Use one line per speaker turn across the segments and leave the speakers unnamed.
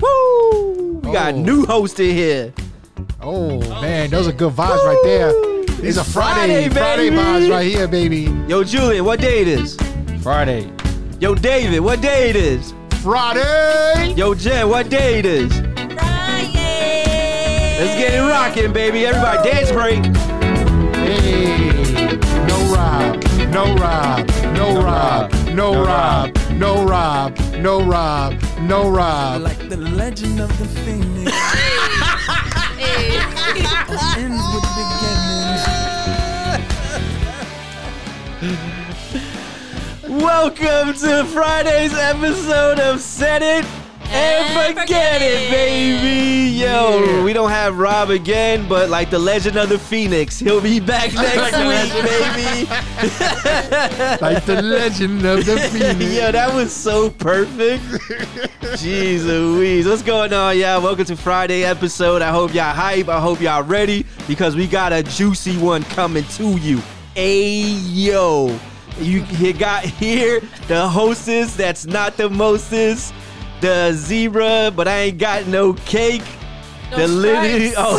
Woo! We got a
Oh.
new host in here.
Oh, man, those are good vibes right there. These
It's
are Friday,
Friday,
Friday,
baby.
vibes right here, baby.
Yo, Julian, what day it is?
Friday.
Yo, David, what day it is?
Friday.
Yo, Jen, what day it is? Let's
Friday.
get it rocking, baby. Everybody, dance break.
Hey, no Rob, no Rob, no Rob, no Rob, no Rob, no Rob, no Rob.
Like the legend of the phoenix. Ends with beginnings.
Welcome to Friday's episode of Set It and
And
Forget,
Forget
it,
It.
baby. Yo,
Yeah.
we don't have Rob again, but like the legend of the Phoenix, he'll be back next week, baby.
Like the legend of the Phoenix.
Yo, that was so perfect. Jeez Louise. What's going on, y'all? Welcome to Friday episode. I hope y'all hype. I hope y'all ready because we got a juicy one coming to you. Ayo. You, you got here the hostess that's not the mostest, the zebra, but I ain't got no cake. the lily. Oh,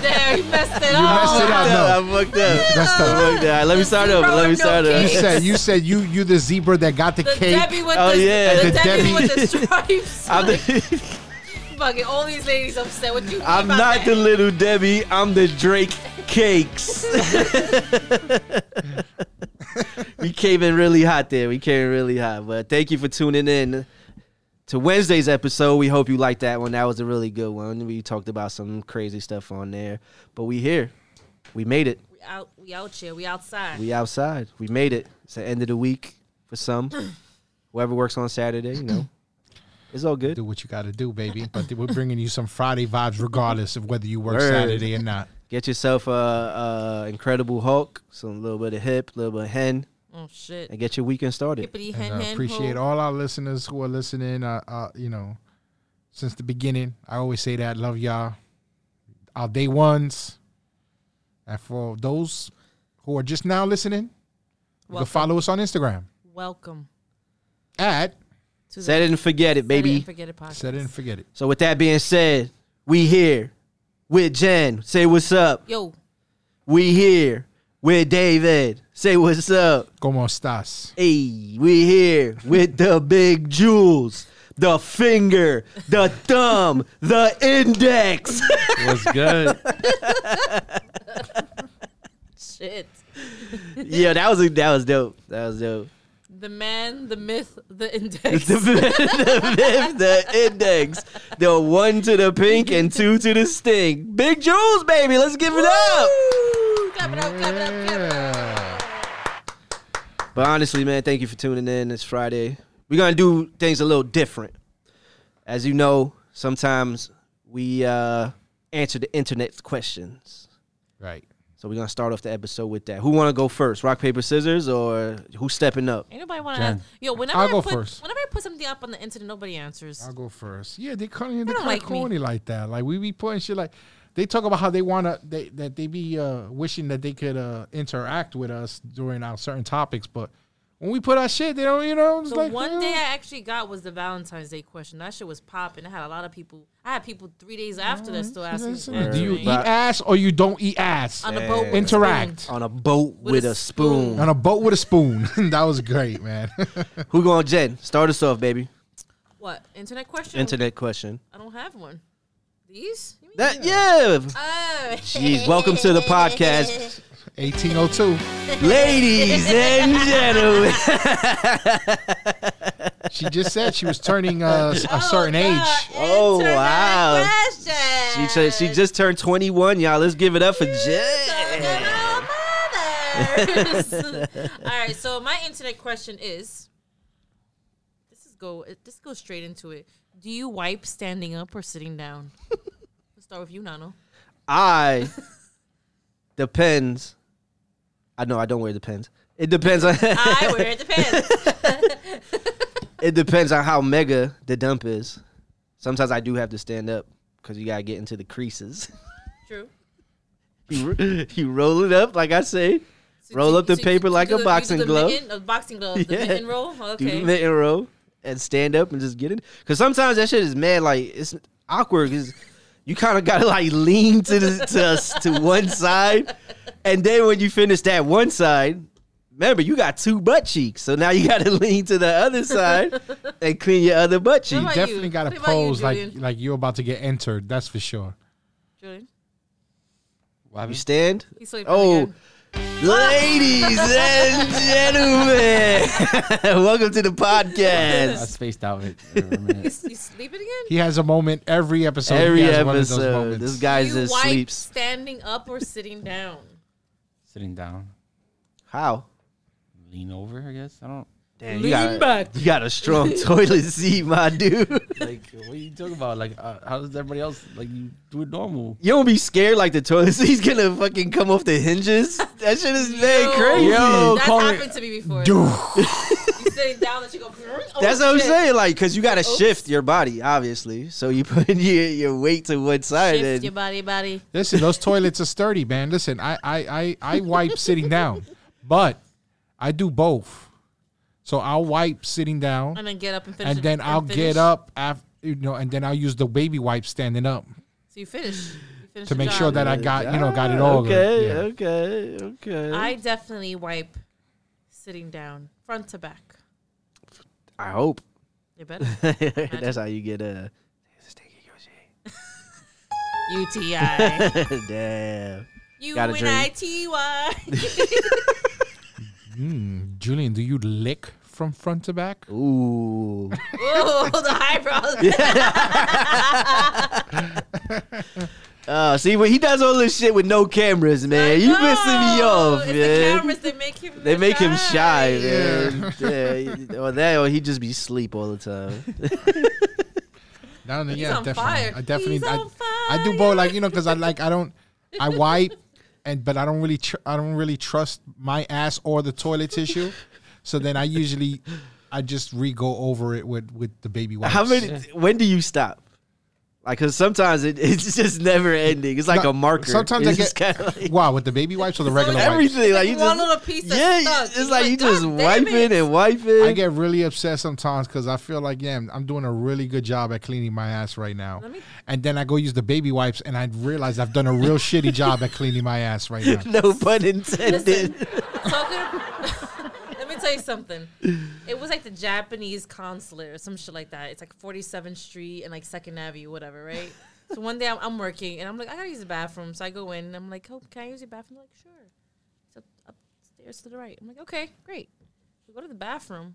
There, you messed it
You
up.
messed it up. No.
I fucked up.
That's
I
the.
fucked up. Let me start over. Let me start
No
over.
You
cake.
said you said you you the zebra that got the,
The
cake.
Debbie with
Oh,
the,
yeah.
the,
The
Debbie,
Debbie.
with the stripes.
I'm the-
Fucking all these ladies upset. What you mean
I'm
by
not
that?
the little Debbie. I'm the Drake Cakes. we came in really hot there. We came in really hot. But thank you for tuning in to Wednesday's episode. We hope you liked that one. That was a really good one. We talked about some crazy stuff on there. But we here. We made it.
We out. We out here. We outside.
We outside. We made it. It's the end of the week for some. Whoever works on Saturday, you know. It's all good.
Do what you got to do, baby. But we're bringing you some Friday vibes, regardless of whether you work
Word.
Saturday or not.
Get yourself a, a Incredible Hulk, some little bit of hip, a little bit of hen.
oh shit.
and get your weekend started.
Hippity hen
And I
hen.
appreciate
ho.
all our listeners who are listening. Uh, uh, you know, since the beginning, I always say that love y'all. Our day ones, and for those who are just now listening, you can
Welcome.
follow us on Instagram
Welcome.
at
To the
Set it and forget it,
Set It and
baby.
Forget it podcast.
Set It and Forget It.
So with that being said, we here with Jen. Say what's up.
Yo.
We here with David. Say what's up.
Como estás?
Hey, we here with the big jewels. The finger, the thumb, the index.
What's good?
Shit.
yeah, that was a, that was dope. That was dope.
The man, the myth, the
The,
index.
the, fifth, the index, the one to the pink and two to the stink. Big jewels, baby. Let's give it up.
clap it up, clap it up, clap it up.
Yeah.
But honestly, man, thank you for tuning in. It's Friday. We're gonna do things a little different. As you know, sometimes we uh, answer the internet's questions.
Right.
So we're gonna start off the episode with that. Who wanna go first? Rock, paper, scissors, or who's stepping up?
Ain't nobody want to
Jen.
ask. Yo, whenever
I'll
I
go
put,
first.
Whenever I put something up on the internet, nobody answers.
I'll go first. Yeah, they kind of they
don't
kind
like
of
me.
corny like that. Like we be putting shit like they talk about how they wanna they that they be uh wishing that they could uh interact with us during our certain topics, but when we put our shit, they don't you know it's
The
like
one
eh.
day I actually got was the Valentine's Day question. That shit was popping. I had a lot of people. I had people three days after that still asking.
It's,
for
uh,
it.
Do you eat
Right.
ass or you don't eat ass?
on a boat? with a
Interact.
On a boat with, a,
a
spoon.
On a boat with a spoon. that was great, man.
Who going, Jen? Start us off, baby.
spoon. What internet question?
Internet question.
I don't have one. These? You mean-
That yeah.
oh,
Jeez, welcome to the podcast.
1802.
Ladies and gentlemen.
She just said she was turning uh, a
Oh,
certain
the
age.
Oh,
internet
wow. She,
question.
ju- she just turned 21, y'all. Let's give it up for
Talking
Jen.
about mothers. All right, so my internet question is this is go this goes straight into it. Do you wipe standing up or sitting down? Let's start with you, Nano.
I depends. I know I don't wear the pens. It depends on
I wear the pants.
it depends on how mega the dump is. Sometimes I do have to stand up because you gotta get into the creases.
True.
you, ro- you roll it up, like I say,
So
Roll
do-
up the
so
paper
you
like a
do the- you do
boxing
the
glove.
mitten- a boxing glove. The
Yeah.
mitten roll.
do the
Okay.
mitten roll, and stand up and just get it. Because sometimes that shit is mad. Like it's awkward because you kind of gotta like lean to the, to us, to one side, and then when you finish that one side. Remember, you got two butt cheeks, so now you got to lean to the other side and clean your other butt cheek.
What about
definitely
you?
got to
What about you,
pose like
Julian?
like you're about to get entered. That's for sure.
Julian,
You stand.
he's sleeping
Oh,
again.
ladies and gentlemen, welcome to the
I
podcast.
spaced out. it for a minute.
He's, he's sleeping again.
He has a moment every episode. He
Every
has one of those
episode,
moments.
this guy
you
just
wipe
sleeps.
standing up or sitting down.
Sitting down,
How?
lean over. I guess I don't.
Damn,
Lean back.
You got a strong toilet seat, my dude.
Like, what are you talking about? Like, uh, how does everybody else like you do it normal?
You don't be scared like the toilet seat's gonna fucking come off the hinges. That shit is mad
Yo,
crazy.
Yo,
That's
call it-
happened to me before. you sitting down and you go. "Oh,
That's what I'm
shit." Oh.
saying. Like, cause you gotta
Oops.
shift your body, obviously. So you put your, your weight to one side.
Shift
and
your body, body.
Listen, those toilets are sturdy, man. Listen, I I I, I wipe sitting down, but I do both. So I'll wipe sitting down,
And then get up and finish.
and
it-
then I'll
finish.
get up after you know, and then I'll use the baby wipe standing up
So you finish. You finish
to
the
make sure
job.
that I got you know got it
Ah,
all.
Okay,
Yeah.
okay, okay.
I definitely wipe sitting down, front to back.
I hope.
You better.
That's how you get uh, a
UTI.
damn.
U
Gotta
N I T Y.
Mm, Julian, do you lick from front to back?
Ooh.
Oh, the eyebrows.
Uh, see, when he does all this shit with no cameras, man, you pissing me
No,
off,
it's The
man.
cameras that make him.
they make him shy,
shy.
man. Yeah. or that, or he just be sleep all the time.
No, no,
He's
yeah,
on
definitely.
fire.
I definitely,
He's
I,
on
I do both, like you know, because I like I don't, I wipe, and but I don't really, tr- I don't really trust my ass or the toilet tissue, so then I usually, I just re go over it with with the baby wipes.
How many? When do you stop? Like, cause sometimes it, it's just never ending. It's like
No,
a marker.
Sometimes I
it's
get
kind of like
wow with the baby wipes or the regular wipes.
everything. Like
Like
you
one
just
little piece that's
yeah,
stuck.
it's
He's
like you
like,
just
"God damn
wiping
it."
and wiping.
I get really upset sometimes because I feel like yeah, I'm doing a really good job at cleaning my ass right now,
Let me-
and then I go use the baby wipes and I realize I've done a real shitty job at cleaning my ass right now.
no pun intended.
Listen, talking. Let me tell you something. It was like the Japanese consulate or some shit like that. It's like 47th Street and like Second Avenue, whatever, right? So one day I'm, I'm working and I'm like, I gotta use the bathroom. So I go in and I'm like, oh, can I use your bathroom? They're like, sure. It's up, upstairs to the right. I'm like, okay, great. We go to the bathroom.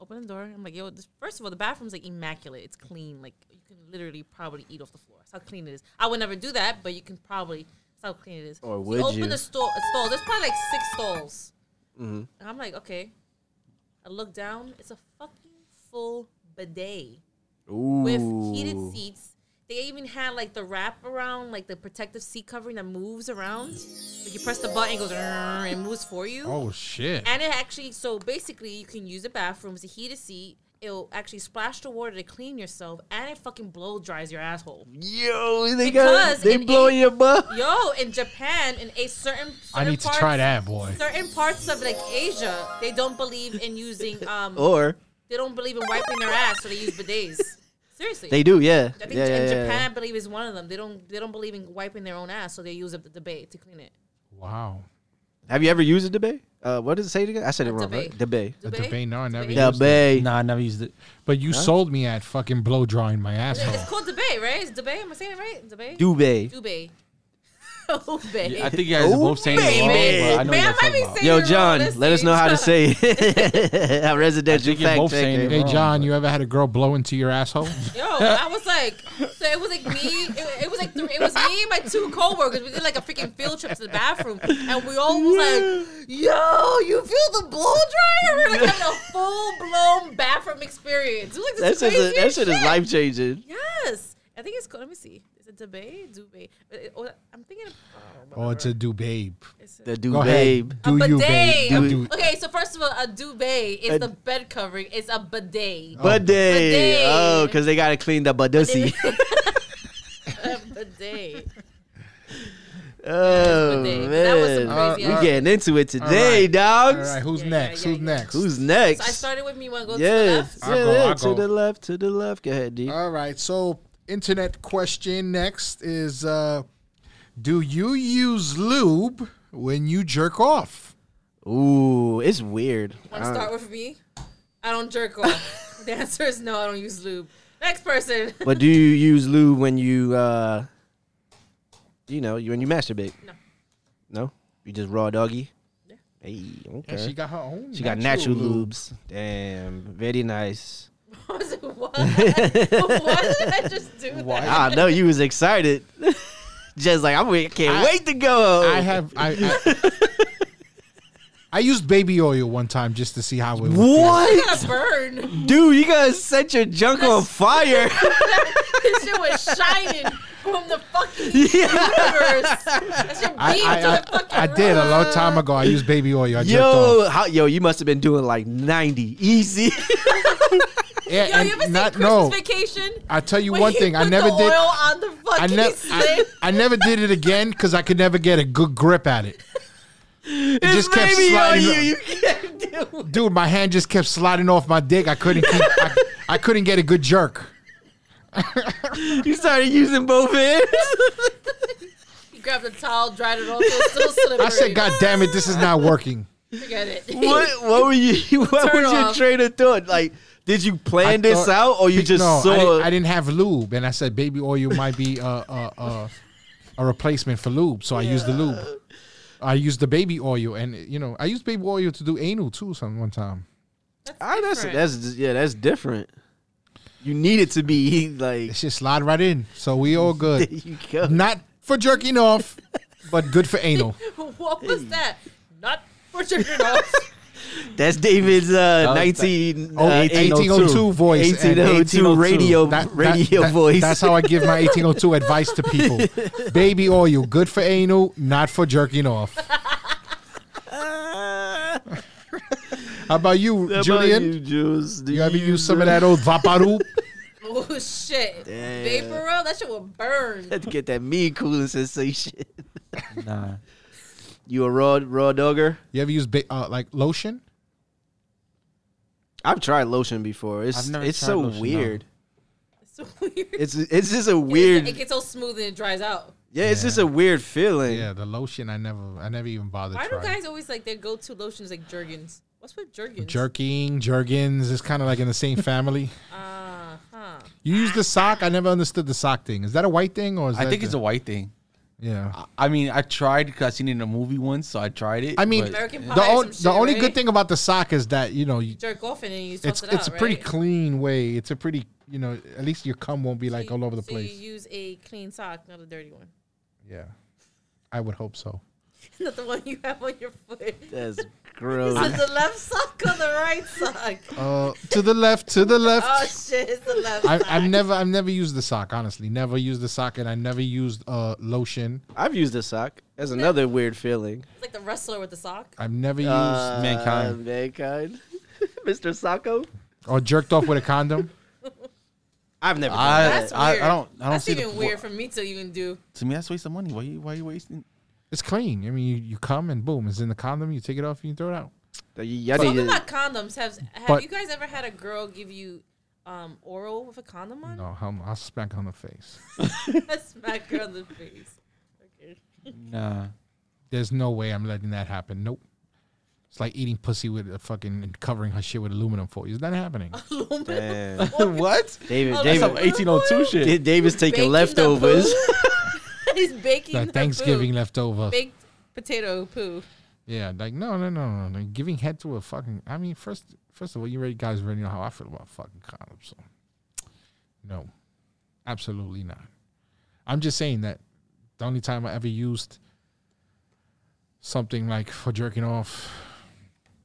Open the door. I'm like, yo, this, first of all, the bathroom's like immaculate. It's clean. Like you can literally probably eat off the floor. That's how clean it is. I would never do that, but you can probably. That's how clean it is.
Or
So
would
open
you? Mm-hmm.
the stall, stall. There's probably like six stalls. And I'm like, okay. I look down. It's a fucking full bidet with heated seats. They even had like the wrap around, like the protective seat covering that moves around. Like you press the button, it goes "Rrrr," and moves for you.
Oh shit!
And it actually, so basically, you can use the bathroom. It's a heated seat. It'll actually splash the water to clean yourself, and it fucking blow dries your asshole.
Yo, they got
Because
they
in
blowing
eight-
your butt.
Yo, in Japan, in a certain,
I
certain
need to
parts-
try that, boy.
Certain parts of like Asia, they don't believe in using um,
Oh.
Or
they don't believe in wiping their ass, so they use bidets. Seriously,
they do, yeah.
I think
yeah, yeah,
in
yeah.
Japan, I believe is one of them. They don't they don't believe in wiping their own ass, so they use a the debate to clean it.
Wow.
Have you ever used a debate? Uh, what does it say it again? I said it wrong, right? Debate.
The
Debate?
debate, no, I never
Debate?
used it.
Debate.
Nah, I never used it.
But you sold me at fucking blow drying my
It's
asshole.
called debate, right? It's debate. Am I saying it right? Debate.
Dubay.
Dubay. Dubay.
I think you guys are
Oh,
both saying it wrong,
baby.
but I know
Man, I
what
might
you're
be
talking about.
saying-
Yo,
You're
John,
wrong,
let us know how to say it. Our residential
I think you're
fact
both saying
checker.
it.
Hey,
wrong,
John,
but-
you ever had a girl blow into your asshole?
Yo, I was like, so it was like me. It, it was like three, it was me and my two coworkers. We did like a freaking field trip to the bathroom, and we all was like, "Yo, you feel the blow dryer?" We We're like having a full blown bathroom experience. It was like
That
this
shit,
crazy
is, that shit is life changing.
Yes, I think it's called. Let me see. Is it Dubay? Dubay? But it- or- I'm thinking. Of,
oh, it's a do babe.
it's
The
a,
Go
Dubay.
ahead.
a
Do you, babe.
bidet.
Do
A-
you.
Okay, so first of all, a duvet is
A-
the bed covering. It's a
Oh.
bidet.
Bidet.
Bidet.
Oh, because they got to clean the badussy.
a bidet.
Oh
day.
man,
That was
Uh, we
some crazy. ass-
All
we
right.
getting into it today,
All
dogs.
right, who's
Yeah,
next?
yeah,
who's
yeah,
next?
Who's next?
so I started with me one go to the
yeah,
left.
yeah,
I'll go,
yeah,
I'll
to
go. Uh,
the left, to the left. Go ahead, D.
All right. So, internet question next is uh, Do you use lube when you jerk off?
Ooh, it's weird.
Ah.
Want
I-
to start with me? I don't jerk off. the answer is no. I don't use lube. Next person.
but do you use lube when you, uh, you know, you when you masturbate?
No.
No, you just raw doggy.
Yeah.
Hey, okay.
And she
she
got her own.
got natural lubes. Damn, very nice.
I was like, what? Why did I just do that?
Ah,
I know you was excited. just like I'm, wait- I can't wait to go.
I have. I, I, I used baby oil one time just to see how it would feel.
I
What,
gotta burn.
dude? You gotta set your junk on fire.
This shit was shining from the fucking
yeah.
universe. That shit
I,
beamed to the
I,
fucking
I, I did a
roof.
long time ago. I used baby oil. I jerked off.
Yo, how, yo, you must have been doing like 90 easy.
Yeah,
Yo,
and
you ever seen
not
Christmas
no.
Vacation?
I tell you
When
one
he
thing. I
put
never
the
did.
Oil on the fucking
I never. I,
stick.
I never did it again because I could never get a good grip at it. It
It's
just kept
maybe on
sliding.
you.
off.
You can't do it.
Dude, my hand just kept sliding off my dick. I couldn't keep. I, I couldn't get a good jerk.
You started using both hands.
He grabbed a towel, dried it off, so it's still slippery.
I said, "God damn it, this is not working."
Forget it.
what? What were you? What
Turn
was your
off.
train of thought? Like, did you plan
I
this
thought-
out, or you just
no,
saw?
I didn't, I didn't have lube, and I said, "Baby oil might be uh, uh, uh, a replacement for lube," so I used the lube. I used the baby oil, and you know, I used baby oil to do anal too. Some one time.
Ah, that's
Different.
that's just- yeah, that's different. You need it to be like.
It just slide right in, so we all
There
good.
you go.
Not for jerking off, but good for anal.
Uh,
What was that? Not for jerking off.
That's David's uh,
was that-
19,
Oh,
uh,
1802 voice and
1802 radio
That- that-
radio
that-
voice.
That's how I give my 1802 advice to people. Baby oil, good for anal, not for jerking off. How about you,
How about
Julian?
you, Jules? Do
You ever
use
use some of
that?
that old Vaporub?
Oh shit!
Damn.
Vapor rub. That shit will burn.
Had to get that mean cooling sensation.
Nah.
You a raw raw dogger?
You ever use ba- uh, like lotion?
I've tried lotion before. It's
I've never
it's
tried
so
lotion, no.
weird.
It's so weird.
It's it's just a weird.
It, gets so smooth and it dries out.
yeah, it's just a weird feeling.
Yeah, the lotion. I never, I never even bothered.
Why do
trying.
guys always like their go-to lotions like Jergens? What's with Jergens?
jerking, jergens? It's kind of like in the same family.
Uh huh.
You use the sock. I never understood the sock thing. Is that a white thing or is
I
that
think it's
the-
a white thing.
yeah.
I- I mean, I tried because I seen it in a movie once, so I tried it.
I mean,
but-
American Pie.
the,
or
o-
some
the
shit,
only
right?
good thing about the sock is that you know you,
Jerk off and then you toss
it's
it out.
it's a pretty
right?
clean way. It's a pretty you know at least your cum won't be
So
like
you-
all over the
so
place.
You use a clean sock, not a dirty one.
yeah, I would hope so.
not the one you have on your foot.
That's
Is
gross.
it the left sock or the right sock?
Uh, to the left, to the left.
Oh shit! It's the left.
I,
sock.
I've never I've never used the sock. Honestly, never used the sock, and I never used uh lotion.
I've used a sock. That's another weird feeling.
It's like the wrestler with the sock.
I've never used
Uh,
mankind.
mankind, Mr. Sacco.
or jerked off with a condom.
I've never. done that.
I,
That's
I, I
weird.
don't I don't
That's
see
even
the,
weird for me to even do.
To me, that's a waste of money. Why you why you wasting?
It's clean. I mean, you, you come and boom, it's in the condom. You take it off, and you throw it out.
Y- y'all
Talking
need to-
about condoms, have have
But-
you guys ever had a girl give you um, oral with a condom on?
No, hum, I'll smack on the face.
That's smack her on the face. Okay.
Nah.
There's no way I'm letting that happen. Nope. It's like eating pussy with a fucking and covering her shit with aluminum foil. It's not happening.
Aluminum.
Damn.
what?
David,
Oh, that's
That's some
David,
a-
1802 shit.
David, Davis
Baking
taking
the
leftovers.
poo. He's baking
Like
the
Thanksgiving
poo.
leftover.
baked potato poo.
Yeah, like no, no, no, no, no. Giving head to a fucking. I mean, first, first of all, you already guys already know how I feel about fucking condoms. So, no, absolutely not. I'm just saying that the only time I ever used something like for jerking off,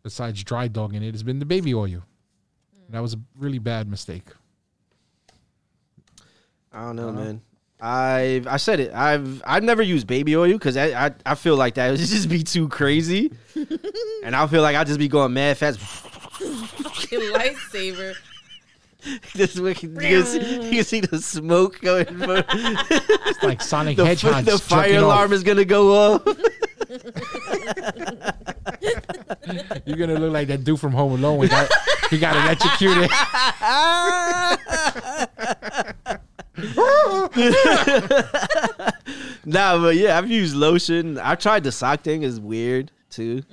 besides dry dogging it, has been the baby
Mm.
oil. And that was a really bad mistake.
I don't know, man. I've I said it. I've I've never used baby oil because I, I I feel like that would just be too crazy, and I feel like I'd just be going mad fast.
Fucking lightsaber.
This wicked- you, can see, you can see the smoke going. From,
It's like Sonic
the,
Hedgehog.
the fire alarm is gonna go off.
You're gonna look like that dude from Home Alone. When got, he got electrocuted.
nah, but yeah, I've used lotion. I tried the sock thing. Is weird too,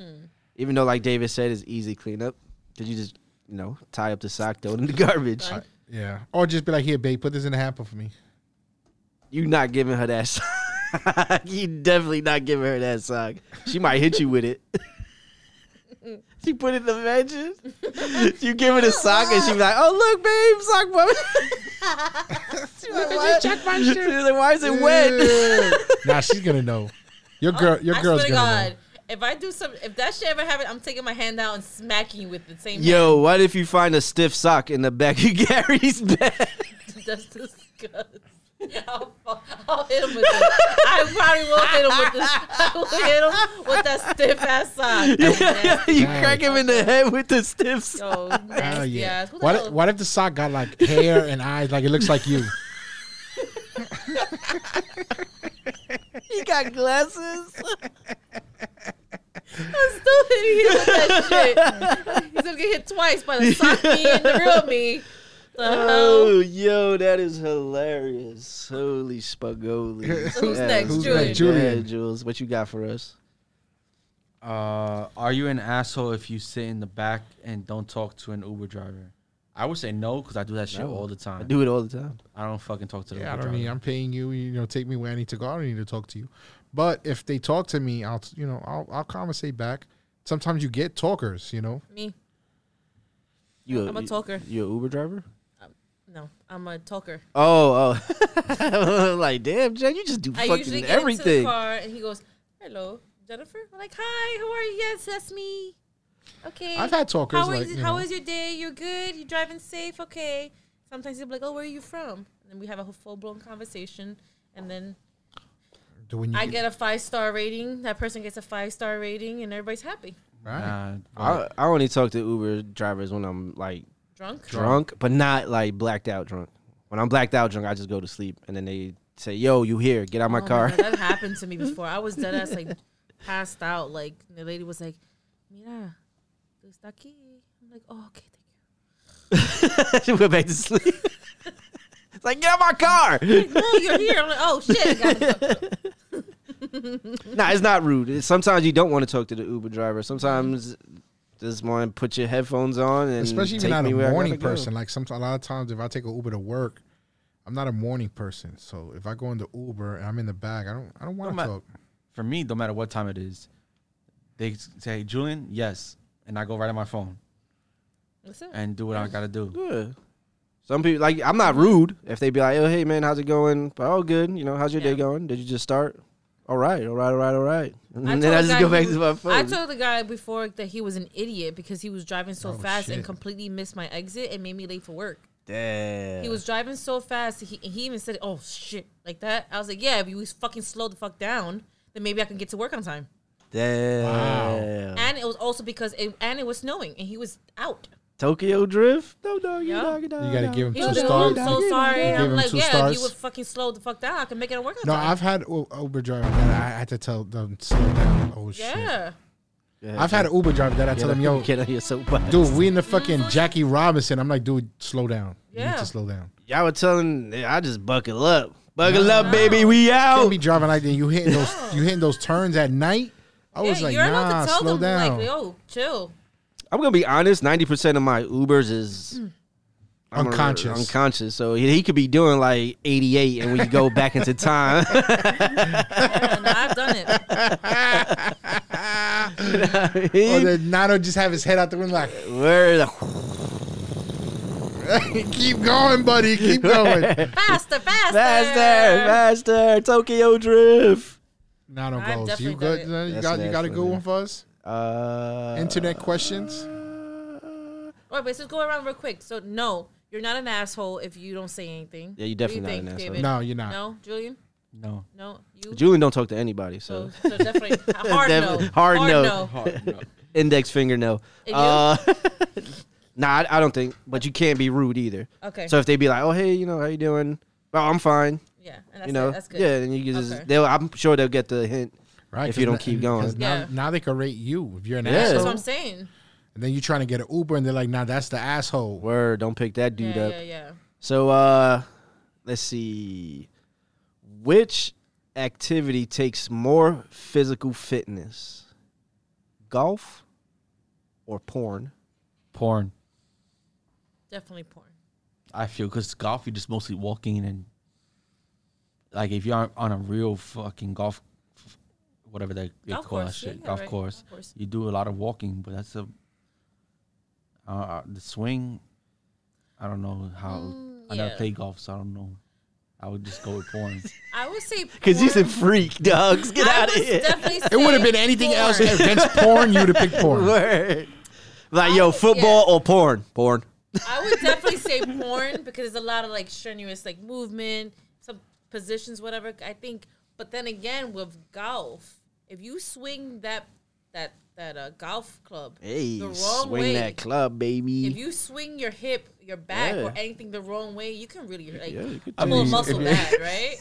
even though like David said, it's easy cleanup because you just you know tie up the sock, throw it in the garbage.
Right.
yeah. Or just be like, here, babe, put this in a hamper for me.
You not giving her that. sock. you definitely not giving her that sock. She might hit you with it. she put it in the mattress. you give her the sock and she be like, "Oh look, babe, sock mama." She's like, "What?" She's like, "Why is it wet?"
Nah, she's gonna know. Your girl, your
Oh, I
girl's
swear to
gonna
God,
know.
if I do some, if that shit ever happened, I'm taking my hand out and smacking you with the same.
Yo, what if you find a stiff sock in the back of Gary's bed?
hand. that's disgusting. I'll, fu- I'll hit him with it. I probably will hit him with this. I will hit him with that stiff ass sock.
Yeah, you
Dang.
crack him in the head with the stiff sock.
Yo,
Oh
nasty
yeah.
ass. Who the
What?
hell-
If, what if the sock got like hair and eyes? Like it looks like you.
You got glasses.
I'm still hitting him with that shit. He's gonna get hit twice by the sock me and the real me. The
Uh.
hell?
Oh, yo, that is hilarious. Holy spagoli.
Who's next,
Who's
Julian?
next, Julian?
Yeah, Jules, what you got for us?
Uh, are you an asshole if you sit in the back and don't talk to an Uber driver? I would say no because I do that shit
No.
all the time.
I do it all the time.
I don't fucking talk to the
Yeah, I
Uber
don't
driver.
need. I'm paying you. You know, take me where I need to go. I don't need to talk to you. But if they talk to me, I'll you know I'll I'll conversate back. Sometimes you get talkers. You know,
Me?
You
I'm a talker.
You a Uber driver?
No, I'm a talker.
Oh, oh. like, damn, Jen, you just do
I usually
fucking
get into the
everything.
car and he goes, "Hello, Jennifer." I'm like, "Hi, how are you?" Yes, that's me. Okay.
I've had talkers.
How was
like you
how
know.
was your day? You're good. You driving safe? Okay. Sometimes he'll be like, "Oh, where are you from?" And then we have a full blown conversation, and then
Do when you
I get a five star rating. That person gets a five star rating, and everybody's happy.
right.
Nah,
I, I only talk to Uber drivers when I'm like
Drunk.
drunk, but not like blacked out drunk. When I'm blacked out drunk, I just go to sleep, and then they say, "Yo, you here? Get out my
Oh
car."
God, that happened to me before. I was dead ass like passed out. Like the lady was like, "Mira, tú estás aquí." I'm like, "Oh, okay, thank you."
she went back to sleep. it's like, get out my car.
No, you're here. I'm like, "Oh shit." Got it.
nah, it's not rude. It's- sometimes you don't want to talk to the Uber driver. Sometimes just want to put your headphones on and
especially if
take
you're not
me
a
where I
morning
gotta go.
person. Like some a lot of times, if I take an Uber to work, I'm not a morning person. So if I go into Uber and I'm in the back, I don't I don't want
No
to
ma-
talk.
for me, no matter what time it is, they s- say Julian, yes, and I go right on my phone
That's it.
and do what I gotta do.
Yeah. Some people like I'm not rude if they be like, "Oh, hey man, how's it going?" But oh, good. You know, how's your
Yeah.
day going? Did you just start? All right, all right, all right, all right. And then
told
I
the
just
guy
go back
he
to my
was-
phone.
I told the guy before that he was an idiot because he was driving so
Oh,
fast
shit.
and completely missed my exit and made me late for work.
Damn.
He was driving so fast. He he even said, "Oh shit," like that. I was like, "Yeah, if you was fucking slow the fuck down, then maybe I can get to work on time."
Damn.
And it was also because it and it was snowing and he was out.
Tokyo Drift? No, no,
Yeah.
you gotta
You gotta give him
He
two
was like, "Oh, I'm
stars.
so sorry. And
Give
I'm
him
like,
two
"Yeah, if
stars.
you would fucking slow the fuck down, I can make it to work on
No,
time."
I've had U- Uber driver that I had to tell them slow down. Oh shit!
yeah.
I've had an Uber driver that I tell them, yo,
get out of your soapbox.
dude, we in the fucking Jackie Robinson. I'm like, dude, slow down. You need
Yeah.
to slow down.
Y'all were telling, I just buckle up. Buckle up, baby, we
Can't
Oh.
out.
be driving like that. You hitting those, you hitting those turns at night. I was
yeah,
like,
you're allowed
nah,
to tell
slow
them
down.
like, "Yo, chill."
I'm gonna be honest, 90% of my Ubers is I'm a-
Unconscious.
unconscious. So he, he could be doing like 88 and we go back into time.
Yeah, no, I've done it.
I
or
mean,
the Oh, Nano just have his head out the window like,
where the-
keep going, buddy, keep going.
Faster, faster,
faster, faster, Tokyo Drift.
Nano
I've
goes, you
definitely
good?
done
You
That's
got, you got a
nasty,
good
man.
one for us?
Uh,
Internet questions.
All right, but just go around real quick. So no, you're not an asshole if you don't say anything.
Yeah, you're
What do
definitely not an asshole.
No, you're not.
No, Julian.
No,
No, you.
Julian don't talk to anybody,
so,
so
so definitely hard
Definitely-
no.
hard no.
hard no.
index finger no.
And you?
Uh, Nah, I, I don't think. But you can't be rude either.
Okay.
So if they be like, "Oh, hey, you know, how you doing? Oh, I'm fine."
yeah, and that's
you know,
it. That's good.
yeah. And you can just
Okay.
they'll. I'm sure they'll get the hint.
right?
If you
'Cause
don't
n-
keep
'cause
going.
Now,
Yeah.
now they can rate you if you're an
Yeah.
asshole.
That's what I'm saying.
And then you're trying to get an Uber, and they're like, "Nah, that's the asshole."
Word, don't pick that dude
yeah,
up.
yeah, yeah.
So uh let's see. Which activity takes more physical fitness? Golf or porn?
Porn.
Definitely porn.
I feel because golf, you're just mostly walking and like if you're on a real fucking golf, whatever they, they
Golf
call that
course, yeah,
shit,
yeah,
golf
right,
course,
golf course.
you do a lot of walking, but that's a uh, uh, the swing. I don't know how. I never
yeah.
play golf, so I don't know. I would just go with porn.
I would say
Because he's a
porn.
freak, dogs. Get
I
out of
would
here.
definitely
It would have
say
been anything
porn.
else against porn. You'd have picked porn.
Word. Like,
I
yo,
would-
football or porn? Porn.
I would definitely say porn because there's a lot of like strenuous like movement, some positions, whatever. I think, but then again, with golf, if you swing that that that uh, golf club
Hey,
the wrong
swing
way,
that club,
if
baby.
you swing your hip, your back, or
Yeah.
anything the wrong way, you can really like
Yeah, you could
pull a
do-
muscle back, right?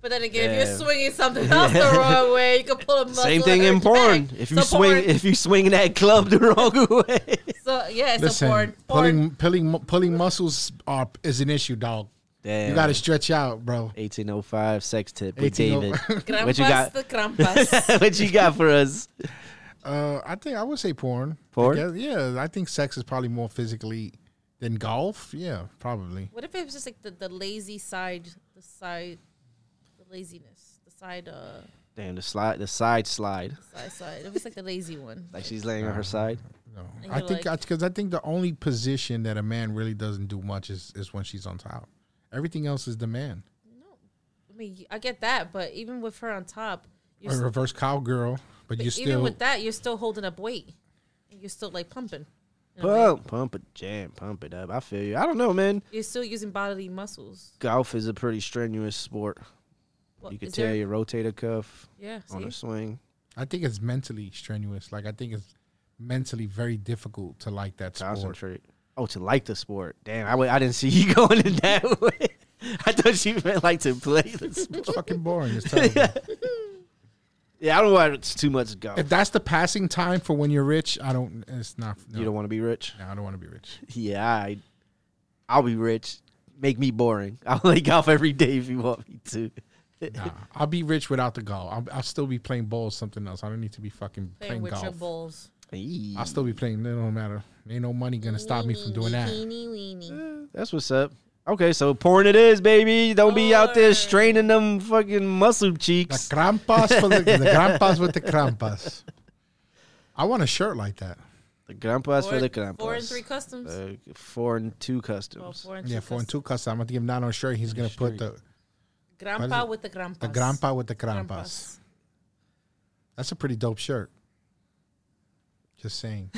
But then again, if
Yeah.
you're swinging something else the wrong way, you can pull a muscle.
Same thing
and
in
hurt your
porn.
back.
If you
So
swing,
porn-
if you swing that club the wrong way,
so yeah, it's
Listen,
a porn. porn.
pulling pulling mu- pulling muscles are is an issue, dog.
damn.
You got to stretch out, bro.
1805 sex tip with
1805.
David.
Crampas
What you got?
the crampas.
what you got for us?
Uh, I think I would say porn. I
Porn?
guess- yeah, I think sex is probably more physically than golf. Yeah, probably.
What if it was just like the, the lazy side, the side, the laziness, the side, uh,
Damn, the slide, the side slide.
side, side. It was like the lazy one.
Like she's laying
Uh-huh.
on her side.
No,
And
I
you're
think
like-
because I think the only position that a man really doesn't do much is is when she's on top. Everything else is the man.
No, I mean y- I get that, but even with her on top, you're
Or
s-
reverse cowgirl, but you're
even
still
with that, you're still holding up weight. And You're still like pumping. You know, like,
Pump, pump it, jam, pump it up. I feel you. I don't know, man.
you're still using bodily muscles.
Golf is a pretty strenuous sport.
Well,
You could
is
tear
there-
your rotator cuff
Yeah.
on
see?
a swing.
I think it's mentally strenuous. Like I think it's mentally very difficult to like that sport.
Concentrate. Oh, to like the sport. Damn, I w- I didn't see you going in that way. I thought you meant like to play the sport.
It's fucking boring. It's terrible.
Yeah, I don't want it's too much golf.
if that's the passing time for when you're rich, I don't. It's not. No,
You don't want to be rich.
no, I don't want to be rich.
Yeah, I, I'll be rich. Make me boring. I'll play golf every day if you want me to.
Nah, I'll be rich without the golf. I'll, I'll still be playing balls, something else. I don't need to be fucking
Playing
playing,
with your
golf.
balls.
Eee.
I'll still be playing. It don't matter. Ain't no money gonna stop me from doing that.
Weenie, weenie, weenie.
That's what's up. Okay, so porn it is, baby. Don't be out there straining them fucking muscle
The
cheeks.
crampas for the, the crampas with the crampas. I want a shirt like that.
The grandpas for
Four-
the grandpas.
Four and three customs.
Uh, four and two
Well,
customs.
four and
Yeah,
three
four and
customs.
two cuss. I'm gonna give Nano a shirt. He's gonna put the
Grandpa with the grandpas.
the grandpa with the crampas.
Grandpas.
That's a pretty dope shirt. Just saying.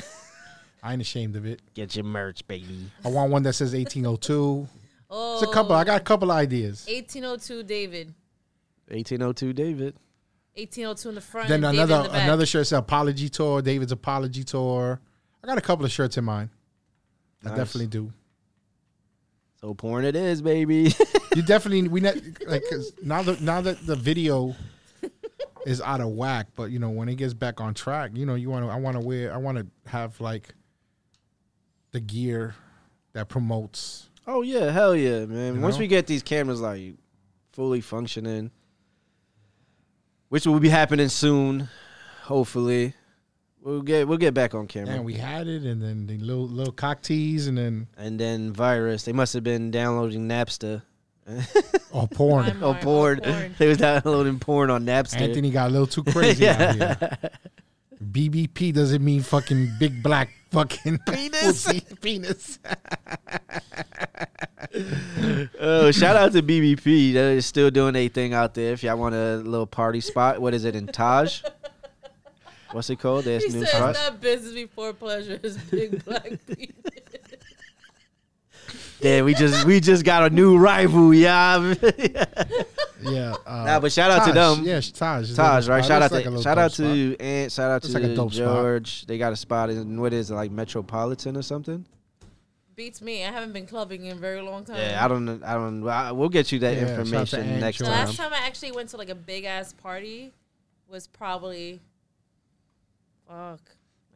I ain't ashamed of it.
Get your merch, baby.
I want one that says 1802.
Oh,
It's a couple. I got a couple ideas.
1802 David.
1802 David.
1802 in the front.
Then
and David
another
in the back.
another shirt says Apology Tour, David's Apology Tour. I got a couple of shirts in mind. I
Nice.
definitely do.
So porn it is, baby.
You definitely we not like 'cause now that now that the video is out of whack, but you know when it gets back on track, you know you want to I want to wear I want to have like the gear that promotes.
oh, yeah. Hell yeah, man.
You
Once
know?
we get these cameras like fully functioning, which will be happening soon, hopefully. We'll get we'll get back on camera.
And we had it, and then the little little cock tees, and then
and then virus. They must have been downloading Napster
oh porn.
I'm-
or porn.
Porn, oh, porn.
They was downloading porn on Napster.
Anthony got a little too crazy out here. BBP doesn't mean fucking big black fucking
Penis.
pussy penis.
Oh, shout out to BBP. They're still doing their thing out there. If y'all want a little party spot, what is it in Taj? What's it called? There's
He
new
says
spot.
not business before pleasure is big black penis.
Yeah, we just we just got a new rival, yeah.
Yeah. Uh,
nah, but shout out to
Taj.
them.
Yeah, Taj.
Taj, right?
It
Shout out
looks like a
to
little
shout
dope
out
spot.
to Ant. Shout out
Looks
to
like a dope spot.
George. They got a spot in what is it like Metropolitan or something?
Beats me. I haven't been clubbing in a very long time.
Yeah, I don't. I don't. well, I- We'll get you that
Yeah, shout out to
information
Ann
next
Cho.
the
time.
last time I actually went to like a big ass party was probably fuck.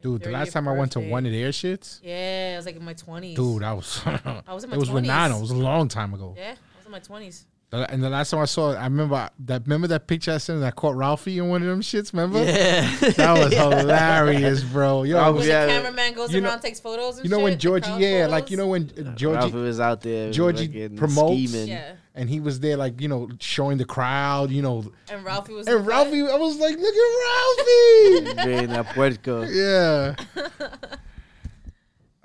my
Dude, the
30th
last time I went to
birthday.
one of their shits,
Yeah, I was like in my twenties.
dude, I was.
I was in my
it was with
20s.
Nano. It was a long time ago.
Yeah, I was in my twenties.
The- And the last time I saw it, I remember I- that. Remember that picture I sent? that I caught Ralphie in one of them shits. Remember?
yeah.
That was hilarious, bro. Yo, I
Ralphie
was-
When
Oh, Yeah,
the cameraman goes
you know-
around, takes photos. And
you know when
shit, the
Georgie,
crowd
yeah,
photos?
like you know when uh,
Ralphie
Georgie
was out there.
Georgie
fucking
promotes.
scheming.
Yeah,
and he was there, like you know, showing the crowd, you know,
and Ralphie was. in
and
the front.
Ralphie. I was like, look at Ralphie.
Being a puerco.
yeah.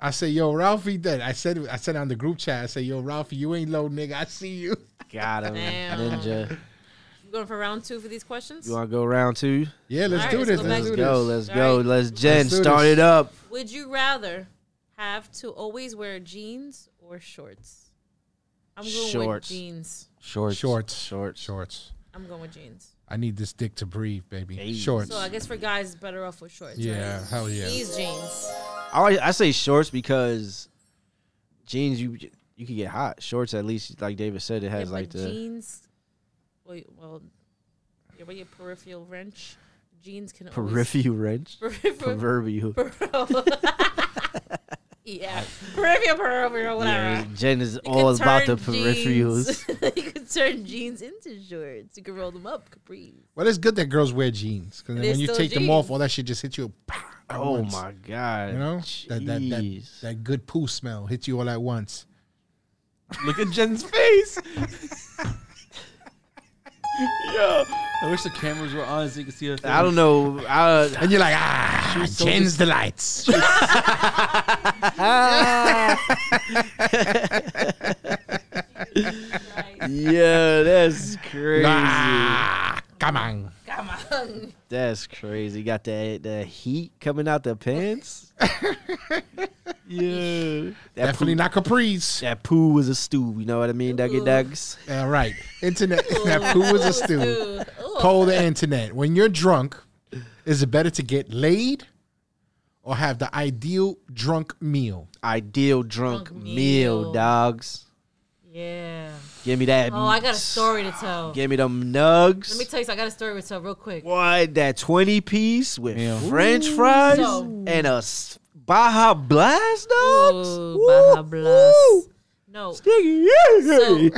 I said, yo, Ralphie. That I said, I said on the group chat. I said, yo, Ralphie, you ain't low, nigga. I see you.
Got him,
Damn.
ninja.
You going for round two for these questions?
You want to go round two?
Yeah, let's
All
do
right,
this.
let's
Let's,
Let's
do
go.
this.
Let's
All
go.
right.
Let's Jen
Let's do
start
this.
it up.
Would you rather have to always wear jeans or shorts? I'm going with
Shorts.
jeans.
Shorts.
Shorts,
Shorts.
shorts.
I'm going with jeans.
I need this dick to breathe, baby.
Hey.
Shorts.
So I guess for guys, better off with shorts.
yeah,
right?
hell yeah.
These jeans.
I always- I say shorts because jeans you you can get hot. Shorts at least like David said it
Yeah,
has
but
like the
jeans. Wait, well, yeah, but your peripheral wrench. Jeans can always.
peripheral wrench.
Peripheral.
Proverbial.
peripheral. yeah, peripheral, peripheral, whatever.
Yeah, Jen is
You
all
could
about the
turn
peripherals.
jeans- you could turn jeans into shorts. You could roll them up, capris.
Well, it's good that girls wear jeans because
It is
when you
still
take them off,
jeans.
all that shit just hits you. pow, at
Oh
once.
my god!
You know that that, that
Jeez.
that good poo smell hits you all at once.
Look at Jen's face.
I wish the cameras were on so you could see her.
I don't know. I,
And you're like, ah,
so
change the lights.
yeah, that's crazy.
ah, come on.
Come on.
That's crazy. Got the the heat coming out the pants. yeah, that
Definitely
poo,
not capris.
That poo was a stew. You know what I mean, Dougie
Ooh.
Dugs.
All right, internet. that poo was a stew. Poll the internet. When you're drunk, is it better to get laid or have the ideal drunk meal?
Ideal drunk,
Drunk
meal,
meal.
dogs.
Yeah.
Give me that.
Oh, I got a story to tell.
Give me them nugs.
Let me tell you, something. I got a story to tell real quick.
What that twenty piece with
Yeah.
French fries
So-
and a s- Baja Blast dogs.
Ooh, Baja Blast. No. So,
So,
y'all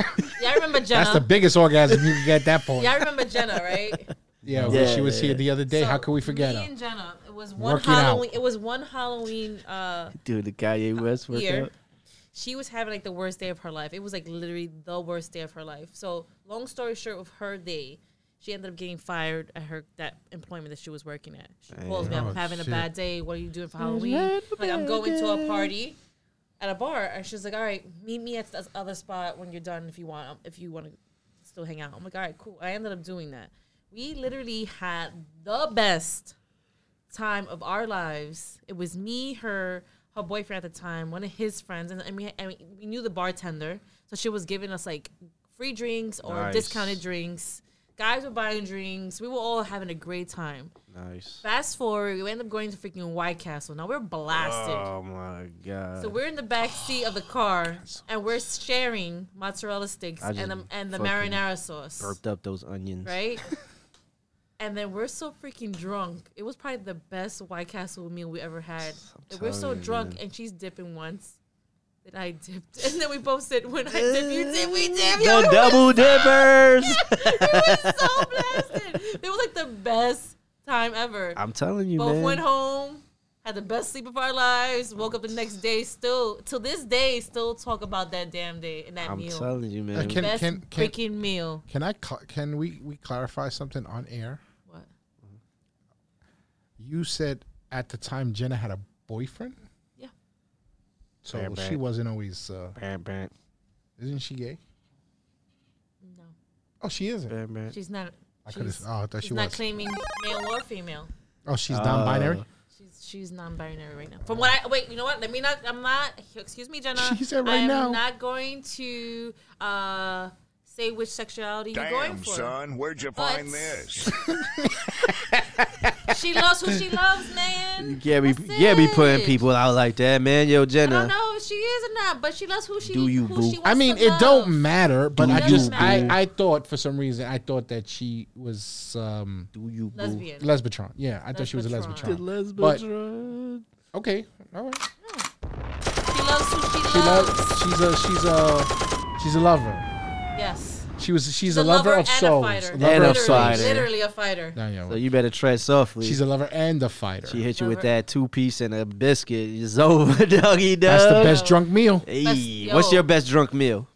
remember Jenna?
That's the biggest orgasm you can get at that point.
Y'all remember Jenna, right?
Yeah, when
Yeah,
she was
yeah,
here the other day. How
So,
could we forget
me
her?
and Jenna. It was one
Work it out.
Halloween. It, was one Halloween. Uh,
Dude, the Kanye West
year,
workout.
she was having like the worst day of her life. It was like literally the worst day of her life. So long story short of her day, she ended up getting fired at her that employment that she was working at. She calls me, I'm
Oh,
having
shit.
a bad day. What are you doing for Halloween? Like I'm going to a party at a bar, and she's like, "All right, meet me at this other spot when you're done if you want if you want to still hang out." I'm like, "All right, cool." I ended up doing that. We literally had the best time of our lives. It was me, her, her boyfriend at the time, one of his friends, and, and we and we- we knew the bartender, so she was giving us like free drinks or
Nice.
discounted drinks. Guys were buying drinks. We were all having a great time.
Nice.
Fast forward, we end up going to freaking White Castle. Now we're blasted.
Oh my god.
So we're in the back seat of the car, and we're sharing mozzarella sticks
I
and the,
just
and the
fucking
marinara sauce,
Burped up those onions.
right? and then we're so freaking drunk. It was probably the best White Castle meal we ever had. And we're so
telling you,
drunk, and she's dipping once. Then I dipped, and then we both said, "When I dip, you dip, we dip." Yo,
The
it
double dippers.
was so blasted. It was like the best time ever.
I'm telling you,
Both
man.
went home, had the best sleep of our lives. Woke up the next day, still till this day, still talk about that damn day and that
I'm
meal.
telling you, man.
can-
best
can-
freaking meal.
Can I? Cl- can we? We clarify something on air.
What?
You said at the time Jenna had a boyfriend.
Yeah.
So
Bam,
she
bam.
wasn't always. Uh,
Bam, bam,
isn't she gay?
No,
Oh, she isn't.
bam, bam.
she's not.
I could have.
She's,
Oh, I thought
she's
she
not
was.
claiming male or female.
oh, she's non-binary.
She's she's non-binary right now. From what I wait, you know what? Let me not. I'm not. Excuse me, Jenna.
She said right
I'm
now.
not going to uh, say which sexuality you're going
Damn,
for.
son, where'd you
But-
find this?
She loves who she loves, man.
You can't be,
That's
you can't be
it.
putting people out like that, man. Yo,
I don't
Jenna.
know. she is or not, but she loves who she
Do you,
who
boo?
she wants
I mean,
to
it don't
love.
matter, but
Do
I
you
just
matter?
I, I thought for some reason I thought that she was um
Do you boo?
Lesbian.
lesbitron. Yeah, I thought she was a
Lesbitron.
lesbitron.
lesbian.
But- Okay, all right.
She loves who she,
She
loves.
loves. She's a she's a she's a lover.
Yes.
She was she's, a
The
lover, of
and
souls.
A fighter.
lover
And a
of
literally,
souls.
fighter.
Literally a fighter.
No, yeah,
So you better tread softly.
she's a lover and a fighter.
she hit you with
Lover.
that two piece and a biscuit. It's over, doggy dog.
That's the best drunk meal,
Hey,
That's-
what's
yo.
your best drunk meal?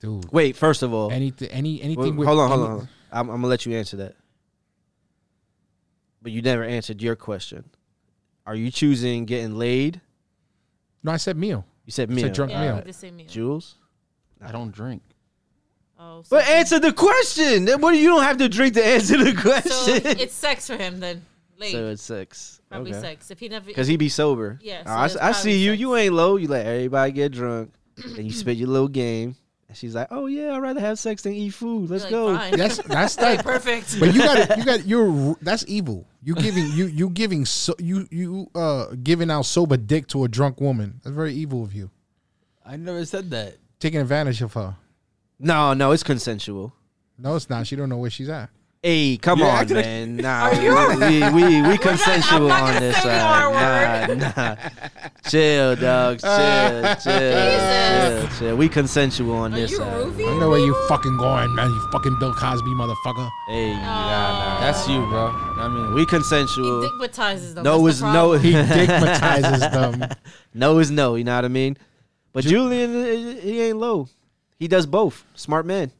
dude.
Wait, first of all,
Anything, any
Well,
anything. with,
hold on, hold
any-
on. hold on. I'm, I'm gonna let you answer that. But you never answered your question. Are you choosing getting laid?
No, I said meal.
You said
I
meal.
said drunk
Yeah,
meal.
with the same meal.
Jules.
I don't drink.
Oh, so,
But answer the question. Then What do you don't have to drink to answer the question?
so it's sex for him then. Late.
So it's sex.
probably sex. If he never.
Because he be sober.
Yeah, so
Oh, I,
it's
s- I
probably
see you.
sex.
You ain't low. You let everybody get drunk. and you spit your little game. And she's like, oh, yeah, I'd rather have sex than eat food. Let's
like,
go.
Fine.
That's that's
Like,
like
perfect.
But you got you got you're that's evil. You giving you you giving so you you uh giving out sober dick to a drunk woman. That's very evil of you.
I never said that.
Taking advantage of her.
No, no, it's consensual.
No, it's not. She don't know where she's at.
Hey, come
You're
on,
acting like-
man. Nah, we, we, we consensual
not gonna
on this
say the
side.
R
Nah, nah. chill, dogs. Chill, chill, chill,
Jesus.
chill. We consensual on
Are
this
you
side.
Ruby?
I know where you fucking going, man. You fucking Bill Cosby motherfucker.
Hey,
Aw.
That's you, bro. I mean,
we
Oh. He
consensual.
digmatizes them.
No
That's
is
the
no.
problem.
He
Stigmatizes them.
No is no. You know what I mean? But Julian, eh, eh, he ain't low. He does both. Smart man.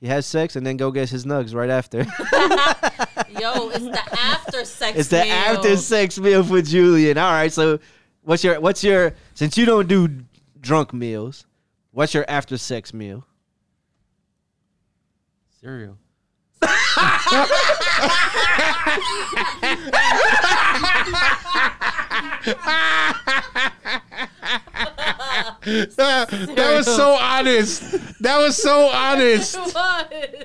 He has sex and then go get his nugs right after.
Yo, it's the after sex.
It's the
meal.
after sex meal for Julian. All right, so what's your what's your since you don't do drunk meals, what's your after sex meal?
cereal.
that was so honest. That was so honest.
It